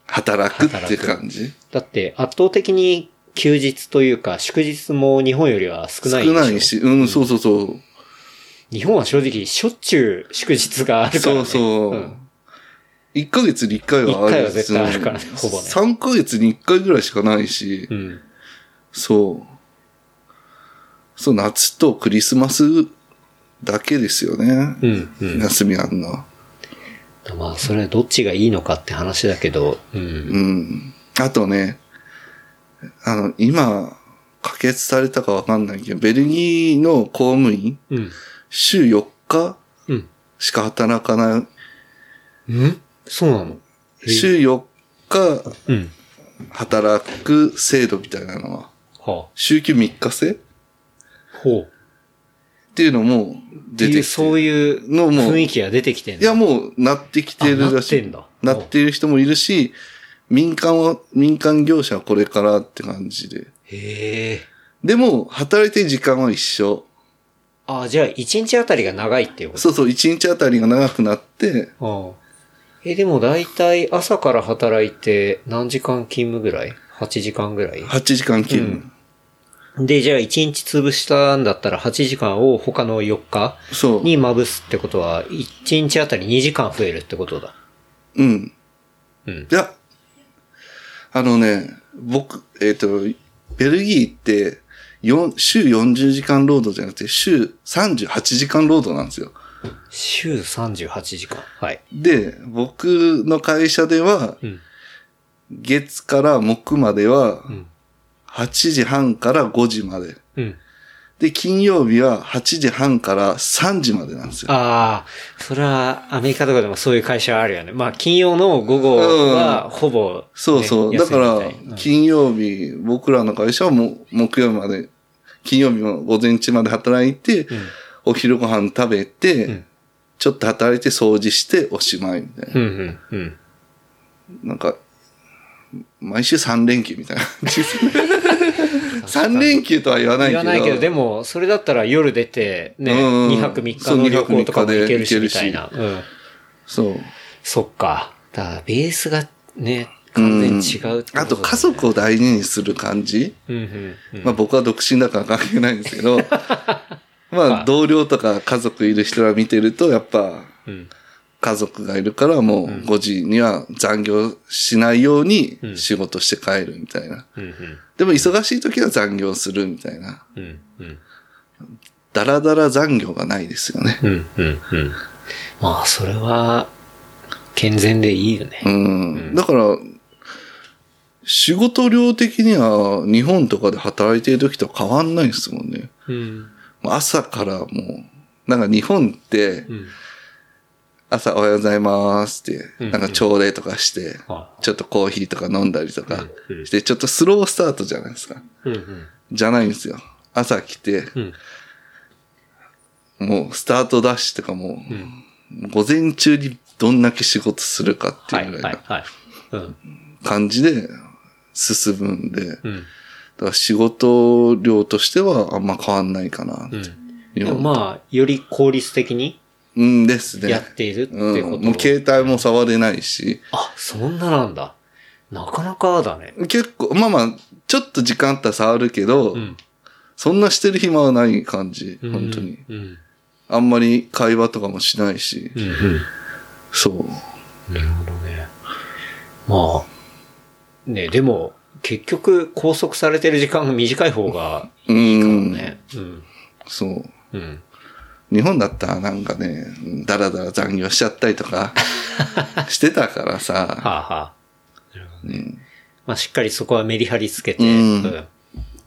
働くっていう感じ。
だって、圧倒的に休日というか、祝日も日本よりは少ないでし
少
ょ
ない。し、うん、そうそうそう。
日本は正直、しょっちゅう祝日があるから、
そ
ね。
うそう。
ん
1ヶ月に1回はある
一回は絶対あるからねほぼね
3ヶ月に1回ぐらいしかないし、
うん。
そう。そう、夏とクリスマスだけですよね。
うん。うん。
休みあんな。
まあ、それどっちがいいのかって話だけど、うん。
うん。あとね、あの、今、可決されたかわかんないけど、ベルギーの公務員、
うん。
週4日
うん。
しか働かない。
うんそうなの
週4日
うん。
働く制度みたいなのは、
は
週休3日制
あ。ほう。
っていうのも
っ
出
ていう、
てきて
そういう
のも
雰囲気が出てきてん
いや、もうなってきてるらしい。
あなってんだ
なってる人もいるし、民間は、民間業者はこれからって感じで。
へえ。
でも、働いてる時間は一緒。
あ、じゃあ、一日あたりが長いっていうこと
そうそう、一日あたりが長くなって、
ああえ、でも大体朝から働いて何時間勤務ぐらい ?8 時間ぐらい
8時間勤務。
で、じゃあ1日潰したんだったら8時間を他の4日
そう。
にまぶすってことは、1日あたり2時間増えるってことだ。
うん。
うん。
いや、あのね、僕、えっ、と、ベルギーって、よん週40時間労働じゃなくて、週38時間労働なんですよ。
週38時間。はい。
で、僕の会社では、
うん。
月から木までは
ん、
8時半から5時まで。
うん。
で、金曜日は8時半から3時までなんですよ。
ああ、それはアメリカとかでもそういう会社あるよね。まあ、金曜の午後はほぼね、
そうそう。だ
休
か
みみたい
ら、金曜日、僕らの会社はもう木曜日まで、金曜日の午前中まで働いて、お昼ご飯食べて、
ん
ちょっと働いて掃除しておしまいみたいな。
うんうんうんうん。
なんか、毎週3連休みたいな。3連
[LAUGHS]
休とは言わないけ
言
ど。
わないけど、でも、それだったら夜出て、ね、
うん
2泊3日の旅行とかも行けるし、みたいな。うん。
そう。
そっか。だから、ベースがね、完全に違うって
あ
ことだね
家。族を大事にする感じ、
うんうんうん。
まあ僕は独身だから関係ないんですけ
[LAUGHS]
ど、まあ同僚とか家族いる人ら見てると、やっぱ
うん
家族がいるからもう5時には残業しないように仕事して帰るみたいな。
うん
でも忙しい時は残業するみたいな。
うんうんうん
だらだら残業がないですよね。
うんうんうん。まあ、それは、健全でいいよね
う。ん。だから、仕事量的には日本とかで働いてる時と変わんないですもんね。
うん。
朝からもう、なんか日本って
うん。
朝おはようございますって、
うん
なんか朝礼とかして、
あ
ちょっとコーヒーとか飲んだりとか
うんうん
して、ちょっとスロースタートじゃないですか。
うんうん。
じゃないんですよ。朝来て、
うん。
もうスタートダッシュとかも
う
う、
ん。
午前中にどんだけ仕事するかって
はいい、
うぐら
は
い
い、
な
はい。うん。
感じで進むんで、だか
うん。
ら仕事量としてはあんま変わんないかなって。
うん。
日
でも
本
まあ、より効率的に
うんですね。
やっているって
うん
いうこと。
もう携帯も触れないし、
あ、そんななんだ。なかなかだね。
結構、まあまあ、ちょっと時間あったら触るけど、
うん。
そんなしてる暇はない感じ、
うん
本当に。。
うん。
あんまり会話とかもしないし、
うんうん。
そう。
なるほどね。まあ、ね、でも、結局、拘束されてる時間が短い方がいいかもね。うん。
そう。
うん。
日本だったらなんかね、だらだら残業しちゃったりと
[LAUGHS]
かしてたから
はあ
さ、
はあ。
うん
まあ、しっかりそこはメリハリつけて、
うん
ま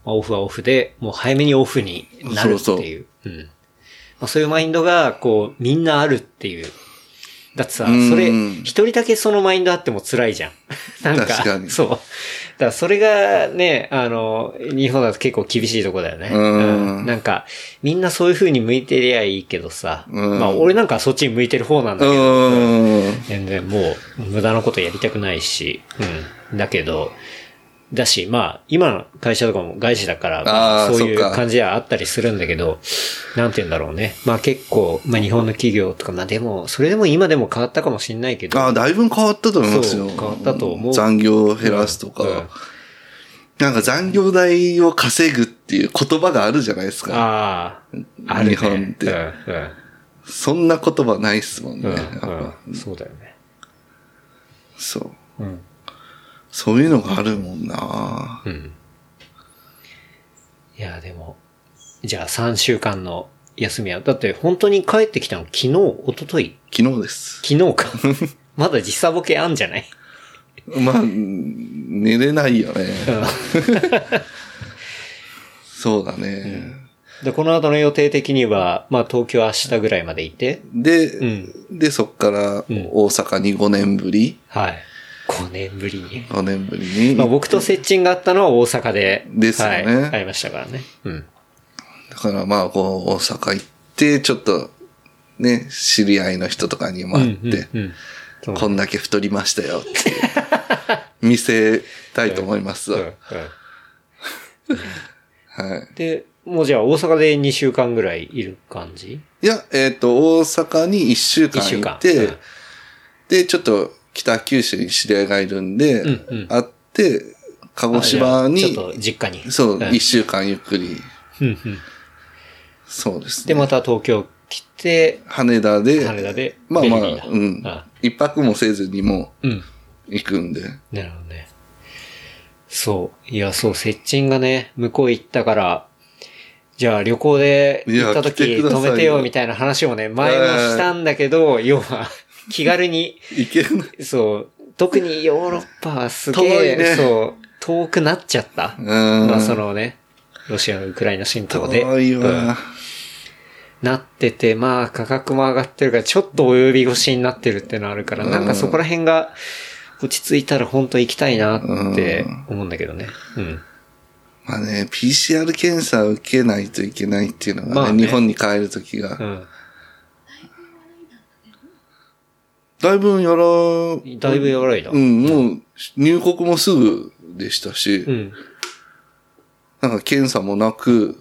あ、オフはオフで、もう早めにオフになるって
そうそう
いう。うん。まあ、そういうマインドが、こう、みんなあるっていう。だってさ、
うん
それ、一人だけそのマインドあっても辛いじゃん。 [LAUGHS] なんか、
確かに
そう。だからそれがね、あの、日本だと結構厳しいとこだよね。
うん
なんか、みんなそういう風に向いてりゃいいけどさ、
うん
まあ、俺なんかはそっちに向いてる方なんだけど、
うん。
全然もう無駄なことやりたくないし、うん。だけど、だし、まあ、今の会社とかも外資だから、まあそういう
そっか
感じはあったりするんだけど、なんて言うんだろうね。まあ結構、まあ日本の企業とか、まあでも、それでも今でも変わったかもしんないけど、
ああ、だいぶ変わったと思いますよ。
そう変わったと思うん
残業を減らすとか、
うん
なんか残業代を稼ぐっていう言葉があるじゃないですか。
ああ、ある、
日
ね。
本って
うん、うん。
そんな言葉ないっすもんね。
うんうん、そうだよね。
そう。
うん。
そういうのがあるもんな。
うん。いや、でも、じゃあ3週間の休みは、だって本当に帰ってきたの昨日、一昨日
昨日です。
昨日
[LAUGHS]
か。まだ時差ボケあんじゃない
まあ、寝れないよね。 [LAUGHS] そうだね。
で、この後の予定的には、まあ東京明日ぐらいまでいて、
で、
う
で、そっから
ん
大阪に5年ぶり、
はい。5年ぶりに。
5年ぶりに。
まあ僕と接近があったのは大阪で、
ですよね
はい。会いましたからね。うん。
だからまあ、こう、大阪行って、ちょっと、ね、知り合いの人とかにも会って、
うんうんうんそう
こんだけ太りましたよっていう、 [LAUGHS] 見せたいと思います
うん
わ。
うん
はい。
で、もうじゃあ大阪で2週間ぐらいいる感じ
いや、えっ、と、大阪に1週間
一週
行
間
って、
うん
で、ちょっと北九州に知り合いがいるんで、
うんうん
会って、鹿児島
あじ
に
ゃあちょっ、と実家に。
そう、
ん
1週間ゆっくり、
うんうん
そうです
で、
ね。
また東京来て、
羽田で、
羽田で。
まあまあ
ベルギーだ、
うん。一泊もせずにも
うん。うん。
う行くんで。
なるほどね。そう。いや、そう、接近がね、向こう行ったから、じゃあ旅行で行った時
いや来てくださいよ
止めてよみたいな話をね、前もしたんだけど、要は、気軽に、
行ける
そう、特にヨーロッパはすげ
遠
え、
いね
そう、遠くなっちゃった。
うん。
まあそのね、ロシアのウクライナ侵攻で。
遠い
うん
わ。
なってて、まあ価格も上がってるから、ちょっと及び腰になってるってのあるから、
うん
なんかそこら辺が落ち着いたら本当行きたいなって思うんだけどね。うん。
まあね、PCR 検査を受けないといけないっていうのがね、
まあね
日本に帰るときが、
うん。
だいぶやら、
だいぶ和らいだ。
う。ん、もう入国もすぐでしたし、
うん。
なんか検査もなく、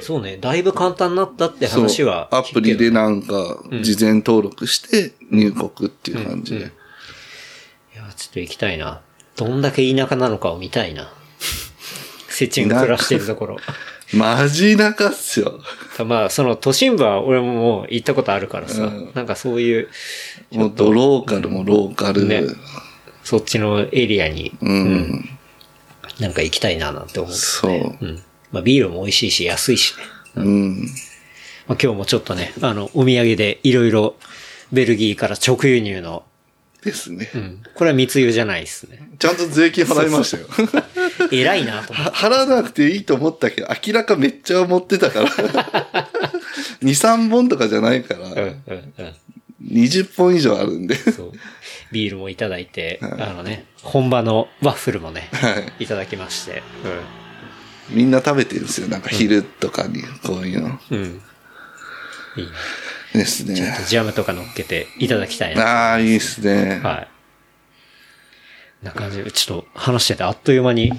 そうね、だいぶ簡単になったって
そう
話は
ア
聞
プ
くけ
リ
ど
でなんか
ん
事前登録して入国っていう感じ
うんう
で
ん。いや、ちょっと行きたいな。どんだけ田舎なのかを見たいな。セチンが暮らしてるところ。
マジなかっすよ。
まあ、その都心部は俺ももう行ったことあるからさ、
うん
なんかそういう、
もうドローカルもローカル。
ねそっちのエリアに、
うん、
なんか行きたいななんて思う。
そう。
うん。まあビールも美味しいし、安いしね。
うん。
まあ今日もちょっとね、あの、お土産でいろいろベルギーから直輸入の
ですね
う。ん。これは密輸じゃないですね。
ちゃんと税金払いましたよ。
偉いなと思っ
は払わなくていいと思ったけど、明らかめっちゃ思ってたから。2、3本とかじゃないから、
て。うんうんうん。
20本以上あるんで。 [LAUGHS]
そう。ビールもいただいて、
はい
あのね、本場のワッフルもね、
はい。
いただきまして。
みんな食べてるんですよ。なんか昼とかに、こういうの。
うん。うん。いいね
です
ちょっ
ね
と。ジャムとか乗っけていただきたいな。
ああ、いいですね。
はい。な感じで、ちょっと話しててあっという間に、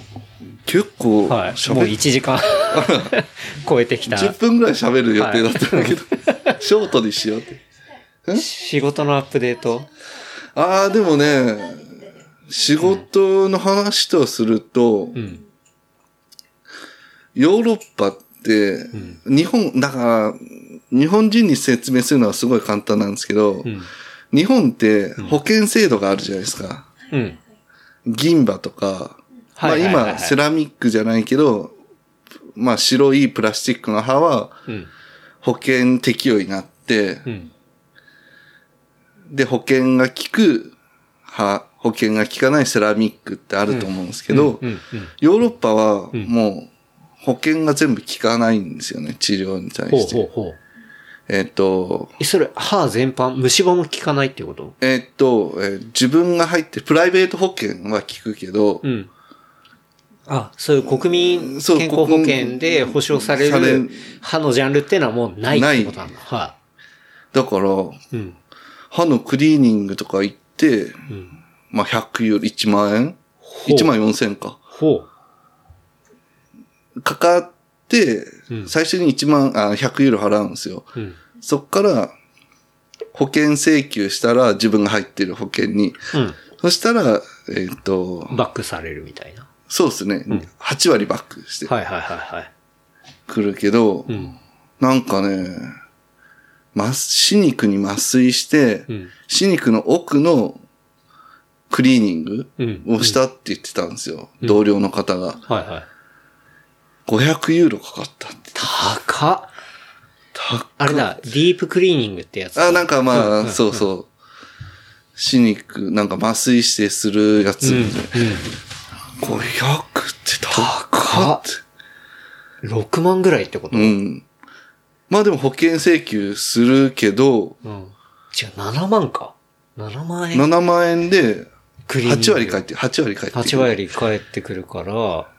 結構、
はい。もう
喋
1時間超えてきた。
10分ぐらい喋る予定だったんだけど、 [LAUGHS] ショートにしようって。
仕事のアップデート。
ああ、でもね、仕事の話とすると、
うん。
ヨーロッパって、日本、だから、日本人に説明するのはすごい簡単なんですけど、
うん。
日本って保険制度があるじゃないですか。
うん。
銀歯とか、まあ
はいはいはいはい
今、セラミックじゃないけど、まあ白いプラスチックの歯は
うん。
保険適用になって、
うん。
で、保険が効く歯、保険が効かないセラミックってあると思うんですけど、
うん。うん。
ヨーロッパはもう保険が全部効かないんですよね、治療に対
ほう
して。
ほうほう。
えっ、と、
え、それ、歯全般、虫歯も効かないってこと
えっと、えー自分が入って、プライベート保険は効くけど、
うん。あ、そういう国民
そう
健康保険で保障され
され
る歯のジャンルってのはもうないってことなんだ。は
だから、
い。うん。
歯のクリーニングとか行って、
うん。
まあ、100ユーロ、1万円
ほう
?1 万4千か。
ほ
かかって、
うん
最初に1万、あ、100ユーロ払うんですよ。
う。うん。
そっから、保険請求したら自分が入ってる保険に。
う
そしたら、えっ、と、
ん。バックされるみたいな。
そうですね、
ん
8割バックして
はいはいはいはい。
くるけど、
うん。
なんかね、麻死肉に麻酔して、
うん。
死肉の奥のクリーニング
うん。
をしたって言ってたんですよ。同僚の方が。
はいはい。
500ユーロかかったって。
高っ。
たった
あれだ、ディープクリーニングってやつだ。
あ、なんかまあ、
うん
そうそう。死肉、なんか麻酔してするやつ。
うん。うん。
500って高っって。
6万ぐらいってこと
う
うん。
ん。まあでも保険請求するけど、
違う、7万か。7万円
7万円で
クリーニング。
8割返って、8割返ってくる。
8割返ってくるから、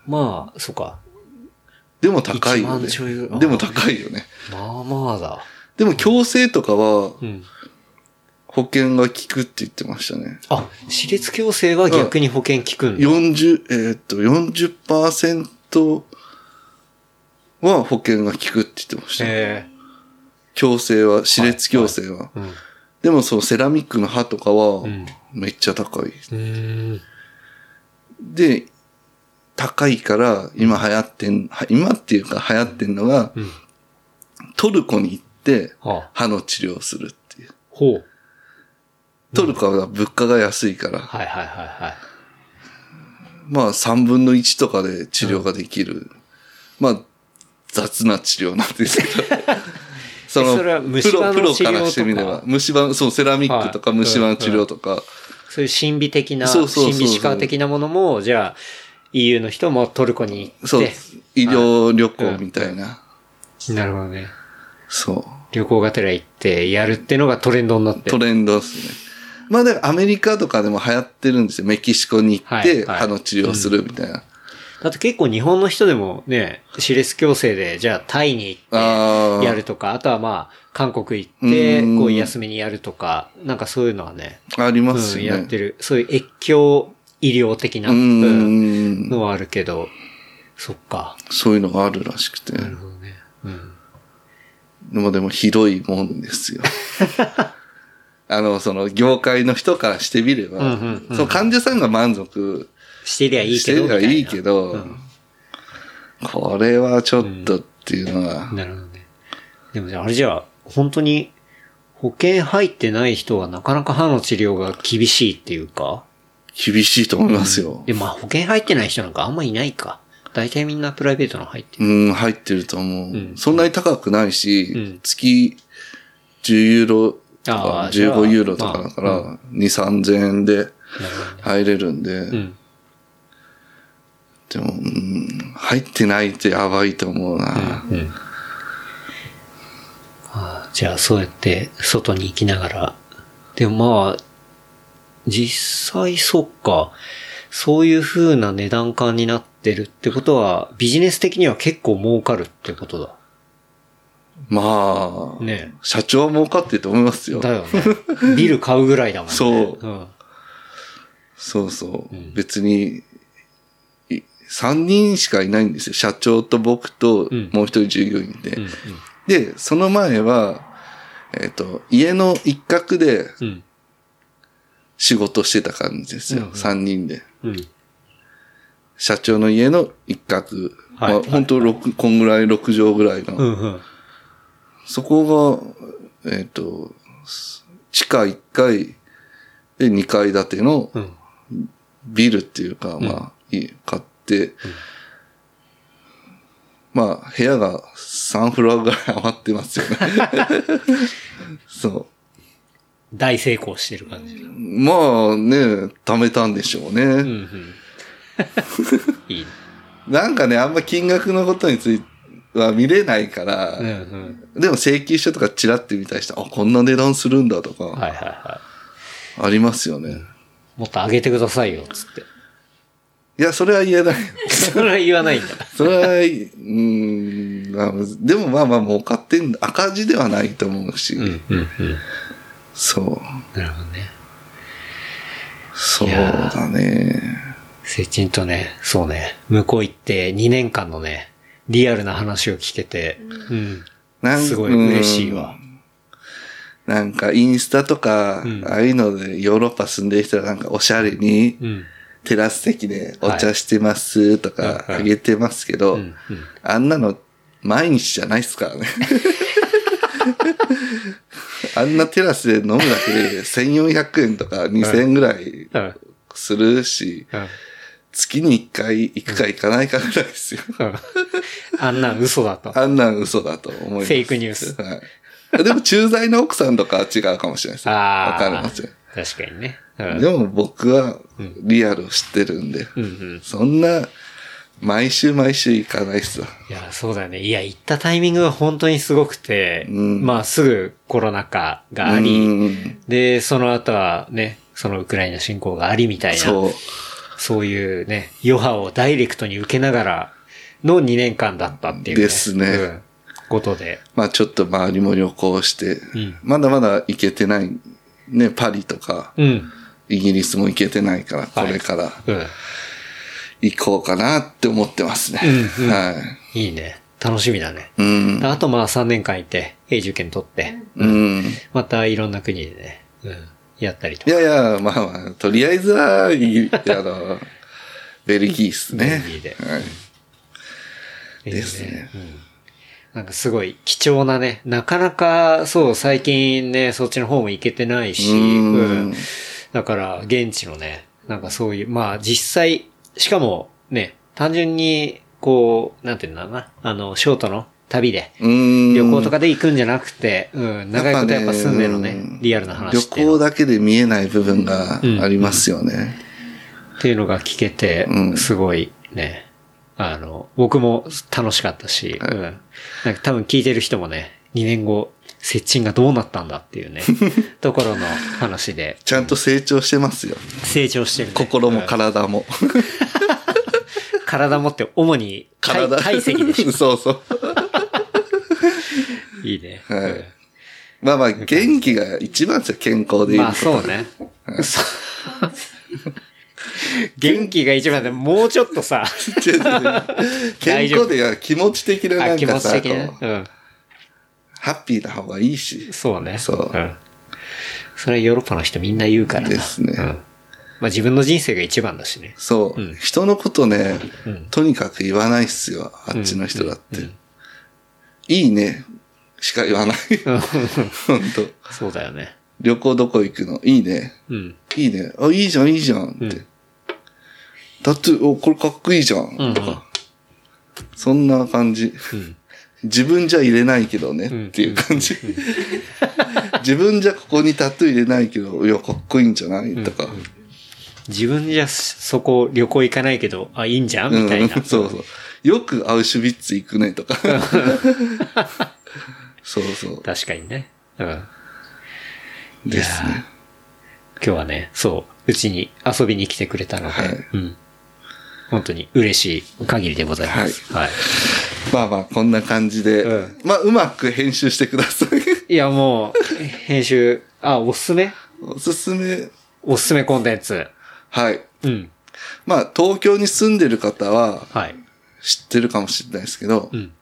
まあ、そうか。
でも高いよ
1万ちょいぐら
ね。
い
でも高いよね。
まあまあだ。
でも強制とかは
うん。
保険が効くって言ってましたね。
あ、私立矯正は逆に保険効くんだ。
40、えーっと、40%は保険が効くって言ってましたね。
へ
強制は、歯列強制は。
え。うん。う
でもそのセラミックの歯とかは
ん
めっちゃ高い。
ーん。
で、高いから今流行ってん、は今っていうか流行ってんのが、
うん。
トルコに行って
はあ。
歯の治療をするっていう。
ほう。
トルコは物価が安いから。
はいはいはいはい。
まあ、3分の1とかで治療ができる。まあ、雑な治療なんですけ
[LAUGHS]
ど。そ
それは虫歯の
プロ、プロから
治療
してみれ
と
ば
か、
虫歯、そう、セラミックとか
はい
虫歯の治療とか、
そういう神秘的な、
そうそうそうそう
神秘歯科的なものも、じゃあ、EU の人もトルコに行
そう
っ、
医療旅行みたいな。
て、なるほどね。
そ
旅行がてら行ってやるってのがトレンドになっ
う、
て
ト。レンドですね。まあ、だからアメリカとかでも流行ってるんですよ。メキシコに行っ
はい
て
はい
歯の治療するみたいな。
だって結構日本の人でもね、私立矯正で、じゃあタイに行って、
ああ、
やるとか、あとはまあ、韓国行って、
うん
こう、休みにやるとか、なんかそういうのはね、
ありま
う
す
ん、
よ
や
ね。
ってる。そういう越境医療的な、
う
う
ん、
んのはあるけど、そっか。
そういうのがあるらしくて。
なるほどね。うん。
でもでもひどいもん
[LAUGHS]
ですよ。あの、その業界の人からしてみれば、
うんうんうん
その患者さんが満足
してりゃいい
し
け
て
ど。
るがいいけど、
みたいな
これはちょっとっていうのは、
うんなるほどね。でもじゃあ、あれじゃあ、本当に、保険入ってない人はなかなか歯の治療が厳しいっていうか、
厳しいと思いますよ。
で、まあ保険入ってない人なんかあんまいないか。大体みんなプライベートの入ってる。
うん、入ってると思う、
うん
そんなに高くないし、
うん
月10ユーロとか
あ、ーじゃあ
15ユーロとかだか
まあ
ら、2、3000円で入れるんで、
うん。
でも、うん入ってないってやばいと思うな。
うん。ああじゃあ、そうやって外に行きながら。でもまあ、実際そっか。そういう風な値段感になってるってことは、ビジネス的には結構儲かるってことだ。
まあ、
ね
社長は儲かってると思いますよ。
だ [LAUGHS] よね。ビル買うぐらいだもんね。
そう
うん。
そうそう。
うん
別に、い3人しかいないんですよ。社長と僕と
うん、
もう一人従業員で。
うん。
で、その前は、えっ、と、家の一角で
うん。
仕事してた感じです
うん
よ。
うん
三3人で。
うん。
社長の家の一角。
はい
ま
は
あ、
い
本当六こんぐらい、6畳ぐらいの。
うん。うん。
そこが、えっ、と、す地下1階で2階建ての
うん。
ビルっていうか、まあ、い買って、まあ、部屋が3フロアぐらい余ってます
[LAUGHS]
よね。そう。
大成功してる感じ。うん。
まあね、貯めたんでしょうね。
うん。 [LAUGHS] いいね。
なんかね、あんま金額のことについては見れないから、
うん。うん。
でも請求書とかチラって見たりして、あ、こんな値段するんだと
はい
か、
はいは
ありますよね。い、
い。もっと上げてくださいよ、つって。
や、それは言え
[LAUGHS]
ない。
それは言わないんだ。
それは、うーん、まあでもまあまあ儲かってんだ赤字ではないと思うし、
うんうんうん。
そう。
なるほどね。
そうだね。
せちんとね、そうね、向こう行って2年間のね、リアルな話を聞けて、うん。
なん
すごい嬉しいわ。。
うんなんかインスタとか、
うん
ああいうのでヨーロッパ住んでる人はなんかおしゃれに
うん。
テラス席でお茶してますとか
はい
あげてますけど、
うんうん。
あんなの毎日じゃないですからね。 [LAUGHS] あんなテラスで飲むだけで1400円とか2000円ぐらい
うん。うん
するし、月に1回行くか行かないかぐらいですよ。
うんあんなん嘘だと。
あんなん嘘だと思います。
フェイクニュース
はい。でも、駐在の奥さんとかは違うかもしれないですよ。
ああ。
わかりますよ。
確かにね。うん。
でも僕はリアルを知ってるんで、
うんうん。
そんな、毎週毎週行かないっすわ。
いや、そうだよね。いや、行ったタイミングが本当にすごくて、
うん
まあ、すぐコロナ禍があり、
うん
で、その後はね、そのウクライナ侵攻がありみたいな、そう
そう。
いうね、余波をダイレクトに受けながらの2年間だったっていう、
ですね
うんことで。
まあちょっと周りも旅行して、
うん
まだまだ行けてない、ね、パリとか、
うん。
イギリスも行けてないから、こ
はい
れから
うん。
行こうかなって思ってますね。
うんうん
はい
いね。楽しみだね。。
うん。
あとまあ3年間いて、永住権取って、
うん。
またいろんな国でね、うん、やったりと
い
か。
やいや、まあまあ、とりあえずは、イギリあの、ベルギーっすね。
ベルギーで
はい。
いい
ですね。
うんなんかすごい貴重なね、なかなかそう最近ね、そっちの方も行けてないし、
うん
うんだから現地のね、なんかそういう、まあ実際、しかもね、単純にこう、なんていうんだろうな、あの、ショートの旅で、
うん。
旅行とかで行くんじゃなくて、うん、長いことやっぱ住んでの
やっぱ
ね
ね、
リアルな
旅
話っていう
行
の
だけで見えない部分がありますよね。
っていうのが聞けて
う、ん
すごいね、あの、僕も楽しかったし、うん。なんか多分聞いてる人もね、2年後、接近がどうなったんだってい
[LAUGHS]
うね、ところの話で、
ちゃんと成長してますよ。
成長してる、ね。
心も
うん
体も。
体もって主に体
[LAUGHS] 体。 [LAUGHS]
体積でし
そうそう。
ょ。いいね。
はい
うん
まあまあ、元気が一番ですよ、健康でいる
ま
こ [LAUGHS]
あ
と。
そうね。そう [LAUGHS] 元気が一番で、もうちょっとさ、
違う違う違う健康でいや気持ち的なな
あ
ん
気持
か
ち
さ、
的
こ
ね
う
うん。
ハッピーな方がいいし。
そうね。。
そうん
それはヨーロッパの人みんな言うからな。
ですね
うん。まあ自分の人生が一番だしね。
そう。
うん
人のことね、
うん
とにかく言わないっすよ、あっちの人だって。
うん
いいね、しか言わない。 [LAUGHS] 本当
そうだよね。
旅行どこ行くのいいね。
うん。
いいね。あ、いいじゃん、いいじゃんって。
うん
だって、お、これかっこいいじゃん。
うんうん
とか。そんな感じ。
うん。
自分じゃ入れないけどねっていう感じ。 [LAUGHS] 自分じゃここにタトゥー入れないけど、いや、かっこいいんじゃないとか。
自分じゃそこ旅行行かないけど、あ、いいんじゃんみたいな。
うん、そうそう。よくアウシュビッツ行くねとか。そうそう。
確かにね。うん。い
で
や
す
ー
ね。
今日はね、そう、うちに遊びに来てくれたので、
はい
うん。本当に嬉しい限りでございます。はい。
まあまあ、こんな感じで。
うん
まあ、うまく編集してください。
い、や、もう、編集、あ、おすすめ
おすすめ。
おすすめコンテンツ。
はい。
うん。
まあ、東京に住んでる方は
はい。
知ってるかもしれないですけど、
うん。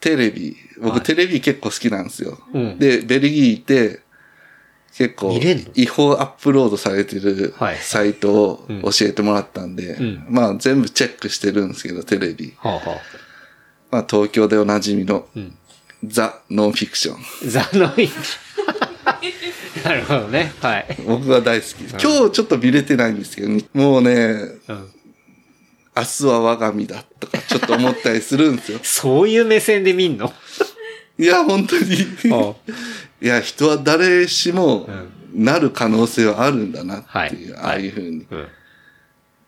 テレビ。僕、
はい
テレビ結構好きなんですよ。
うん
で、ベルギー行って、結構
見れんの、
違法アップロードされてる
はい
サイトを
うん
教えてもらったんで、
うん
まあ全部チェックしてるんですけど、テレビ。
はあ、はあ、
まあ東京でおなじみの
うん。
ザ・ノンフィクション。
ザノ [LAUGHS] イ。なるほどね。はい。
僕は大好き。今日ちょっと見れてないんですけど、もうね、
うん。。
明日は我が身だとかちょっと思ったりするんですよ
そういう目線で見んの
いや、本当に。
[LAUGHS] お
いや、人は誰しも
うん
なる可能性はあるんだなっていう、
はい
ああいうふうに。
うん。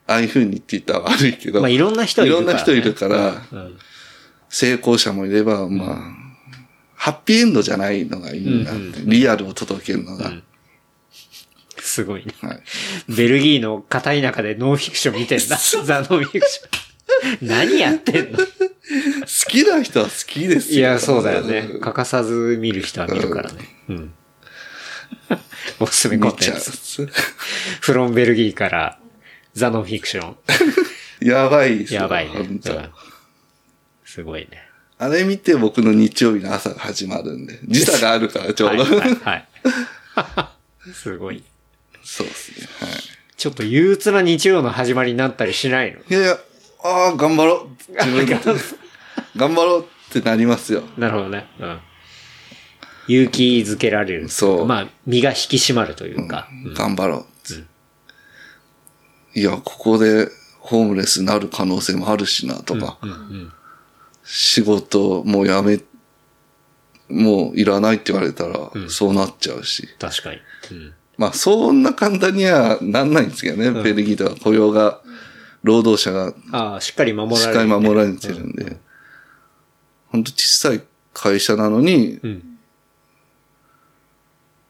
ああいうふうにって言ったら悪いけど、
まあ、いろんな人い
い
る
ろ
から、
んな人いるから、
うん。うん。
成功者もいれば、まあ、ハッピーエンドじゃないのがいいなって、
うん
リアルを届けるのが。
うん [LAUGHS] すごいね。
はい、
ベルギーの片田舎でノンフィクション見てんだ。ザ・ノンフィクション。何やってんの
好きな人は好きです
い
よ。
や、そうだよね。
ん
欠かさず見る人は見るからね。うん。 [LAUGHS] おすすめコ
見
ンテ
ちゃ
ン
う
ツ。。フロンベルギーからザ・ノンフィクショ [LAUGHS] ン。
[LAUGHS] やばいですよ
やばいね。
本当
うんすごいね。 [LAUGHS]
あれ見て僕の日曜日の朝が始まるんで。時差があるから、ちょう
はい、
ど。
はい、 [LAUGHS] はい。すごい。
[LAUGHS] そうですね。はい。
ちょっと憂鬱な日曜の始まりになったりしないの
いやいや、ああ、頑張ろう。自分
[LAUGHS]
で。頑張ろうってなりますよ。
なるほどね。うん。勇気づけられる。
そう
まあ、身が引き締まるというか。うん
頑張ろうって、いや、ここでホームレスになる可能性もあるしなとか、
うんうん
仕事もうやめ、もういらないって言われたら、そうなっちゃうし。
確かに。うん
まあ、そんな簡単にはなんないんですけどね、ベルギーでは雇用が、労働者が
ああ、しっかり守られ
し
る
っ。かり守られてるんで、ほんと小さい会社なのに、
うん。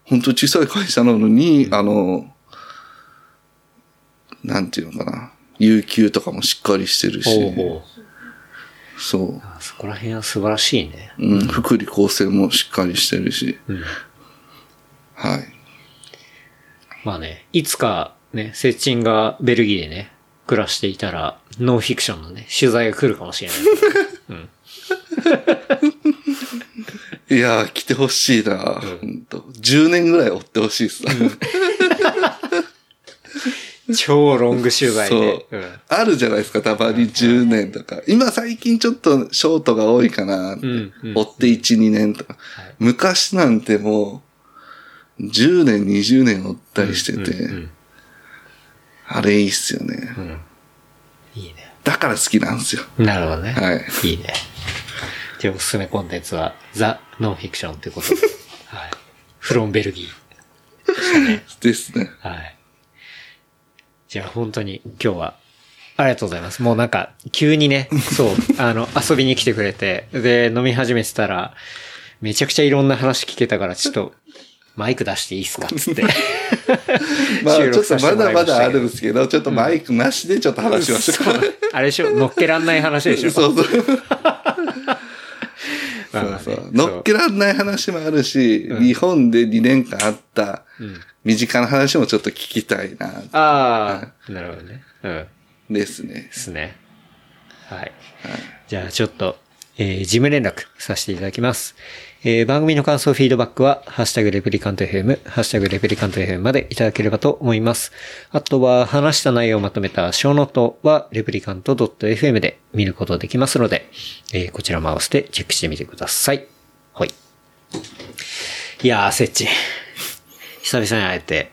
本当小さい会社なのに、あの、なんていうのかな。有給とかもしっかりしてる
ほう
し、
ほう。
そう。
あそこら辺は素晴らしいね。
うん、福利厚生もしっかりしてるし、
うん。
はい。
まあね、いつかね、セッチンがベルギーでね、暮らしていたら、ノンフィクションのね、取材が来るかもしれない。
[LAUGHS] いやー、来てほしいな、ほんと、10年ぐらい追ってほしいっす、
超ロング取材で。
そう
うん
あるじゃないですか、たまに10年とか。今最近ちょっとショートが多いかなって、
うんうん
追って1、2年とか。
い
昔なんてもう、10年、20年追ったりしてて、
うん
あれいいっすよね。
いいね。
だから好きなんですよ。
なるほどね。
はい。
いいね。で、おすすめコンテンツは、ザ・ノンフィクションということ
[LAUGHS]
で。はい。フロンベルギー。
ですね。
はい。じゃあ本当に今日は、ありがとうございます。もうなんか、急
[LAUGHS]
にね、そう、あの、遊びに来てくれて、で、飲み始めてたら、めちゃくちゃいろんな話聞けたから、ちょっと、マイク出していいっすかっつっ
[LAUGHS]
て。
まあ、ちょ
収録
っと
させ
ま
てもら
だ
いま
ま
したけど
だあるんですけど、ちょっとマイクなしでちょっと話しましょ
そうあれでしょ乗っけらんない話でし
う。
ょ
そうそう。そう
まあまあね
そう。乗っけらんない話もあるし、日本で2年間あった身近な話もちょっと聞きたいな、
ああ、なるほどね。うん。
ですね
で。すね。はい。じゃあちょっと、えー事務連絡させていただきます。えー番組の感想、フィードバックは、ハッシュタグレプリカント FM、ハッシュタグレプリカント FM までいただければと思います。あとは、話した内容をまとめた小ノートは、レプリカント .fm で見ることできますので、えーこちらも合わせてチェックしてみてください。はい。いやー、セッチ。久々に会えて、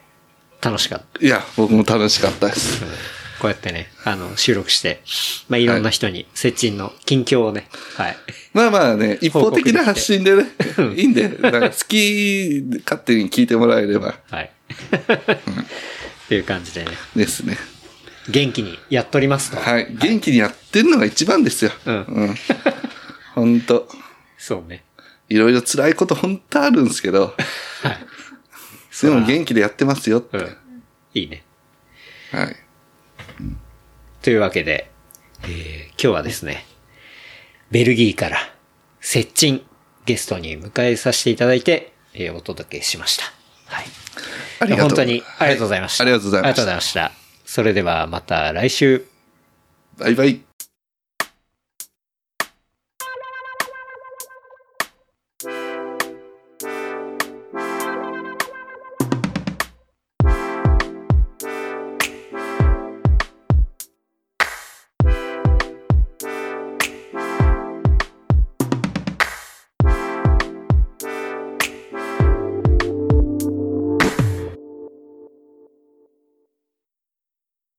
楽しかった。
いや、僕も楽しかったです。
こうやってね、あの、収録して、まあ、いろんな人に、接近の近況をね、はい。
まあまあね、一方的な発信でね、いいんで、だから好き勝手に聞いてもらえれば
はい。 [LAUGHS] っていう感じでね、
ですね。
元気にやっとりますと。
はい。元気にやってるのが一番ですよ。
うん
うん。ほんと。
そうね。
いろいろ辛いことほんとあるんですけど、
[LAUGHS] はい。
でも元気でやってますよって。
う
は
ん。いいね。
い。
というわけで、えー今日はですね、ベルギーから、接近ゲストに迎えさせていただいて、えーお届けしました。はい。
ありがとう
本当にありがとうございました。
はいありがとうございました
ありがとうございました。それではまた来週。
バイバイ。